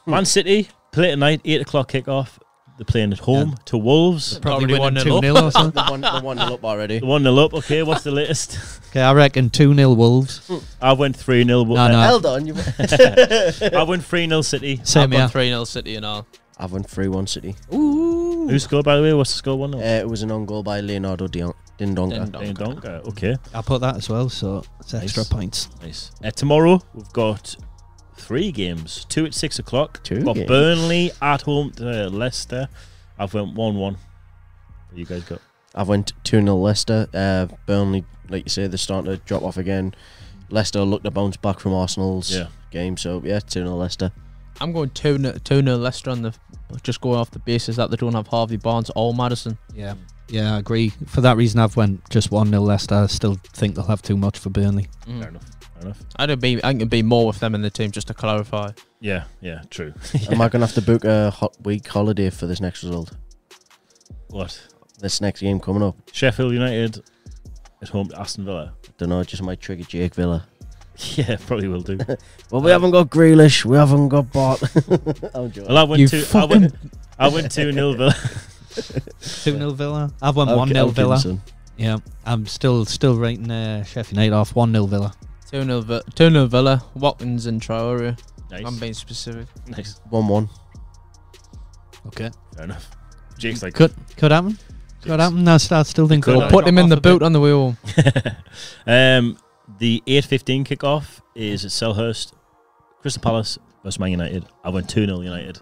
Man City play tonight, eight o'clock kickoff. They're playing at home to Wolves.
Probably
winning
1-0
2-0 or
(laughs)
something.
They won, they won up
(laughs)
already.
They're one 0 up. Okay, what's
(laughs)
the latest?
okay, I reckon 2 0 Wolves.
I went three
No,
0
no.
Well done. You
I went three 0 City.
Same
I've
here.
got 3 0 City and all.
I've won three one City.
Who scored by the way? What's the score? One
Uh,
0
it was an on goal by Leonardo Dion- Dindonga.
Ding dong.
Okay,
I put that as well, so it's extra
Nice.
points.
nice. Uh, tomorrow we've got three games. Two at six o'clock.
Two
We've got
games.
Burnley at home to Leicester. I've went one one. You guys got
I've went 2 0 Leicester. Uh, Burnley, like you say, they're starting to drop off again. Leicester look to bounce back from Arsenal's
yeah.
game. So, yeah, 2 0 (laughs) Leicester.
I'm going 2 0 2 0 Leicester on the. Just going off the basis that they don't have Harvey Barnes or Madison.
Yeah. Yeah, I agree. For that reason, I've went just 1 0 Leicester. I still think they'll have too much for Burnley.
Fair enough. Fair enough.
I'd be, I think it'd be more with them in the team, just to clarify.
Yeah. Yeah. True.
Am I going to have to book a hot week holiday for this next result?
What?
This next game coming up?
Sheffield United at home to Aston Villa. (laughs)
Don't know, it just might trigger Jake Villa.
Yeah, probably will do.
Well, we haven't got Grealish. We haven't got Bart. (laughs) I'm (laughs) joking.
Well, I went
You
to I went, I went to nil Villa.
2 0 Villa. I've went
I'll-
1 0
I'll
Villa.
Gibson.
Yeah, I'm still still rating uh, Sheffield United off 1 0 Villa.
Two nil Vi- two nil Villa, Watkins and Traore. I'm
Nice.
being specific.
Nice.
One one.
Okay.
Fair enough. Jake's like,
Could could happen. Could happen. No, I still think
Could
they'll
happen.
put
Put him in
off
the
a bit.
boot on the way home.
(laughs) um, the 8.15 kickoff is at Selhurst, Crystal Palace versus Man United. I went 2 0 United.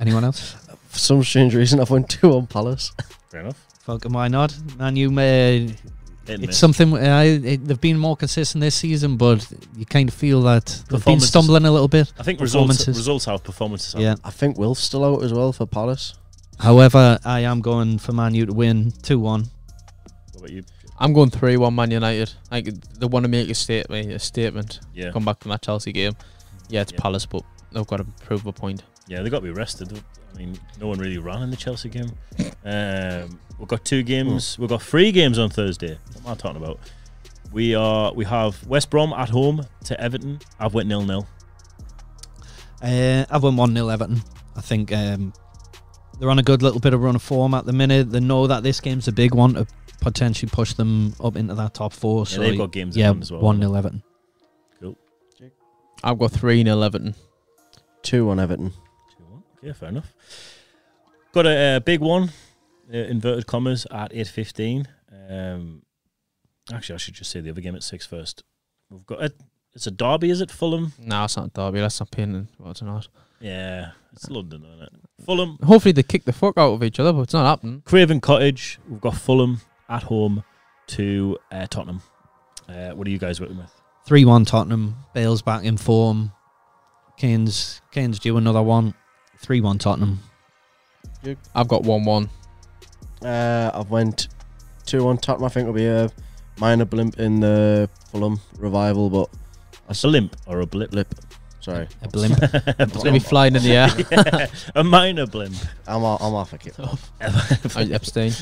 Anyone else?
For some strange reason, I went two on Palace.
Fair enough.
Fucking why not? Man, you may.
Hit and
It's
miss.
something uh, it, they've been more consistent this season, but you kind of feel that they've been
Performances.
stumbling a little bit.
I think results,
performances.
results out, performances out.
Yeah.
I think Wilf's still out as well for Palace.
However, I am going for Man U to win two one.
What about you? Jake?
I'm going three one Man United. Like they want to make a statement. A statement.
Yeah.
Come back from that Chelsea game. Yeah, it's
Yeah.
Palace, but they've got to prove a point.
Yeah, they got to be rested. I mean, no one really ran in the Chelsea game. Um, we've got two games. We've got three games on Thursday. What am I talking about? We are. We have West Brom at home to Everton. I've went nil nil.
Uh, I've won 1 0 Everton. I think um, they're on a good little bit of run of form at the minute. They know that this game's a big one to potentially push them up into that top four.
Yeah,
so
they've got games in
yeah,
them as well.
1 0 Everton.
I've got three nil Everton.
Two on Everton.
Two one. Okay, fair enough. Got a, uh big one, uh, inverted commas at eight fifteen. Um, actually, I should just say the other game at six first. We've got a, it's a derby, is it Fulham?
No, it's not Derby. That's not painting. Well, it's not.
Yeah, it's London, isn't it? Fulham,
Hopefully they kick the fuck out of each other, but it's not happening.
Craven Cottage. We've got Fulham at home to uh, Tottenham. Uh, what are you guys working with?
3 1 Tottenham. Bale's back in form. Kane's, Kane's due another one. 3 1 Tottenham.
I've got one one.
Uh, I went two on Tottenham. I think it'll be a minor blimp in the Fulham revival, but
A limp or a blip?
blip. Sorry,
A blimp.
(laughs) a,
It's gonna be
blimp.
flying in the air.
Yeah, (laughs) a minor blimp.
I'm off, I'm off
(laughs)
a kick.
(laughs) I abstain.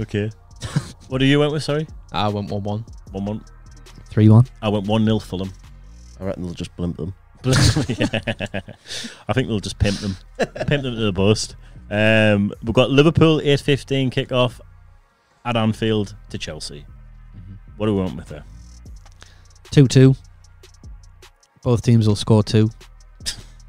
okay. What are you went with? Sorry,
I went one one.
one one.
3 1.
I went one 0 Fulham. (laughs)
I reckon they'll just blimp them.
Yeah. I think they'll just pimp them, pimp them to the post. Um, we've got Liverpool eight fifteen kickoff at Anfield to Chelsea.
Mm-hmm.
What do we want with there?
2 2. Both teams will score two.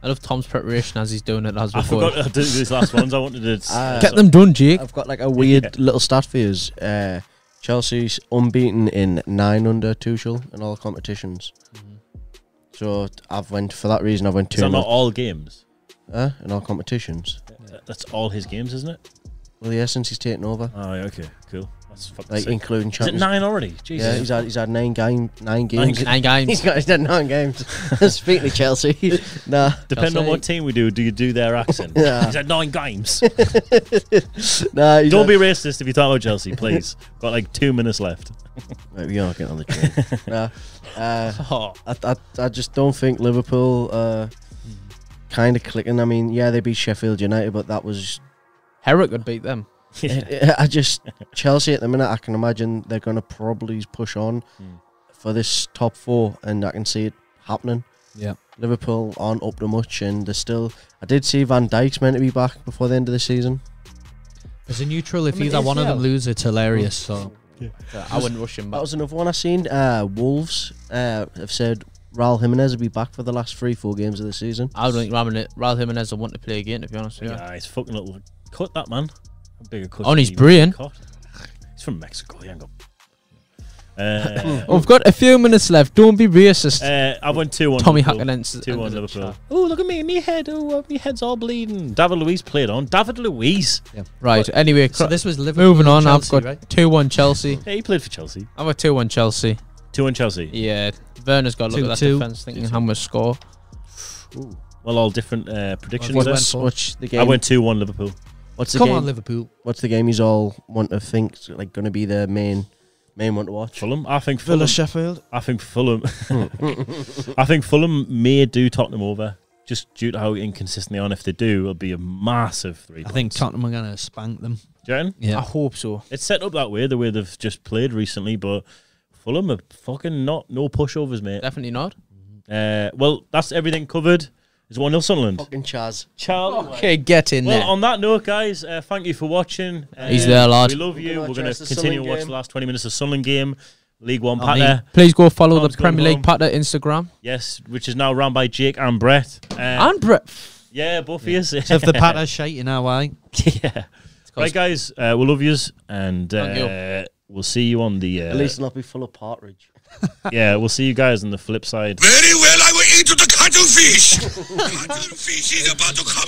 I love Tom's preparation as he's doing it as
I
we're
forgot
going.
to do these last ones. I wanted
(laughs)
to s-
Ah.
Get them done, Jake.
I've got like a weird little stat for you. Uh, Chelsea's unbeaten in nine under Tuchel in all competitions.
Mm-hmm.
So I've went for that reason. I went
Is
two
that
in
not
all,
all games?
uh, in all competitions.
That's all his games, isn't it?
Well, Ah, yeah, since he's taken over,
Oh, yeah, okay, cool. That's fucking
like
sick.
including
Is it
Champions.
nine already?
Yeah,
Jesus.
he's had he's had nine game nine games.
Nine games.
(laughs) He's got he's had nine games. (laughs) Speaking
(laughs)
of Chelsea, nah,
Depending on what team we do, do you do their accent?
(laughs) Yeah.
He's had nine
(laughs)
games.
nah. he's
Don't
had-
be racist if you talk about Chelsea,
(laughs)
please. Got like two minutes left.
Right, You're not getting on the train. nah, uh,
Oh,
I, I, I just don't think Liverpool uh, kind of clicking. I mean, yeah, they beat Sheffield United, but that was.
Herrick would beat them.
(laughs) I just Chelsea at the minute. I can imagine they're going to probably push on
Mm.
for this top four, and I can see it happening.
Yeah.
Liverpool aren't up to much, and they're still. I did see Van Dijk's meant to be back before the end of the season.
As a neutral, if
I mean,
either one of them
ACL.
lose, it's hilarious. So
So I wouldn't rush him
That
back.
was another one I seen. Uh, Wolves uh, have said Raul Jimenez will be back for the last three, four games of the season.
I don't think Ramin, Raul Jimenez will want to play again, to be honest with you.
yeah, he's fucking little. Cut that man. How big a cut
On
is
his
he?
brain.
Cut. He's from Mexico. He ain't got. Uh,
We've got a few minutes left. Don't be racist.
uh, I went two one.
Tommy
Liverpool.
Hackinen.
Two one Liverpool. Oh look at me, me head. Oh, my head's all bleeding. David Luiz played on. David Luiz.
Right, anyway,
So
cr-
this was Liverpool.
moving on.
Chelsea,
I've
right?
got 2 1 Chelsea.
Yeah, he played for Chelsea.
I've got 2 1 Chelsea.
Two on Chelsea.
Yeah, Werner's got a look at that
2-2.
defence, thinking how much score.
Well, all different uh, predictions.
Well,
there.
went
What's,
for?
what's the game?
I went two one Liverpool.
What's the
Come
game?
on, Liverpool.
what's the game he's all want to think like going to be their main main one to watch?
Fulham. I think Fulham.
Sheffield.
I think Fulham. I think Fulham may do Tottenham over just due to how inconsistent they are. And if they do, it'll be a massive three.
I think
points.
Tottenham are going to spank them.
Do you reckon?
I
Yeah.
hope so.
It's set up that way, the way they've just played recently, but. Fulham are fucking not no pushovers, mate.
Definitely not.
Uh, well, that's everything covered. It's one 0 Sunderland.
Fucking Chaz.
Charlie,
Okay, get in
Well,
there.
on that note, guys, uh, thank you for watching. Uh,
He's there, lad.
We love you. We're
We're gonna watch the
going
rest
to
of
continue
Sunderland
to watch
game.
the last 20 minutes of Sunderland game. League One
Not me.
patter.
Please go follow
Tom's
the
going
Premier League
home.
Patter Instagram.
Yes, which is now run by Jake and Brett. Um,
And Brett.
yeah, both
(laughs)
of you.
So (laughs) if the pat has shite in our eye,
(laughs) yeah. Right, guys, uh, we love yous and
Thank you.
uh, we'll see you on the.
At
Uh,
least not be full of partridge.
yeah, we'll see you guys on
(laughs)
the flip side.
(laughs) Very well, I will eat the cuttlefish. cuttlefish is about to come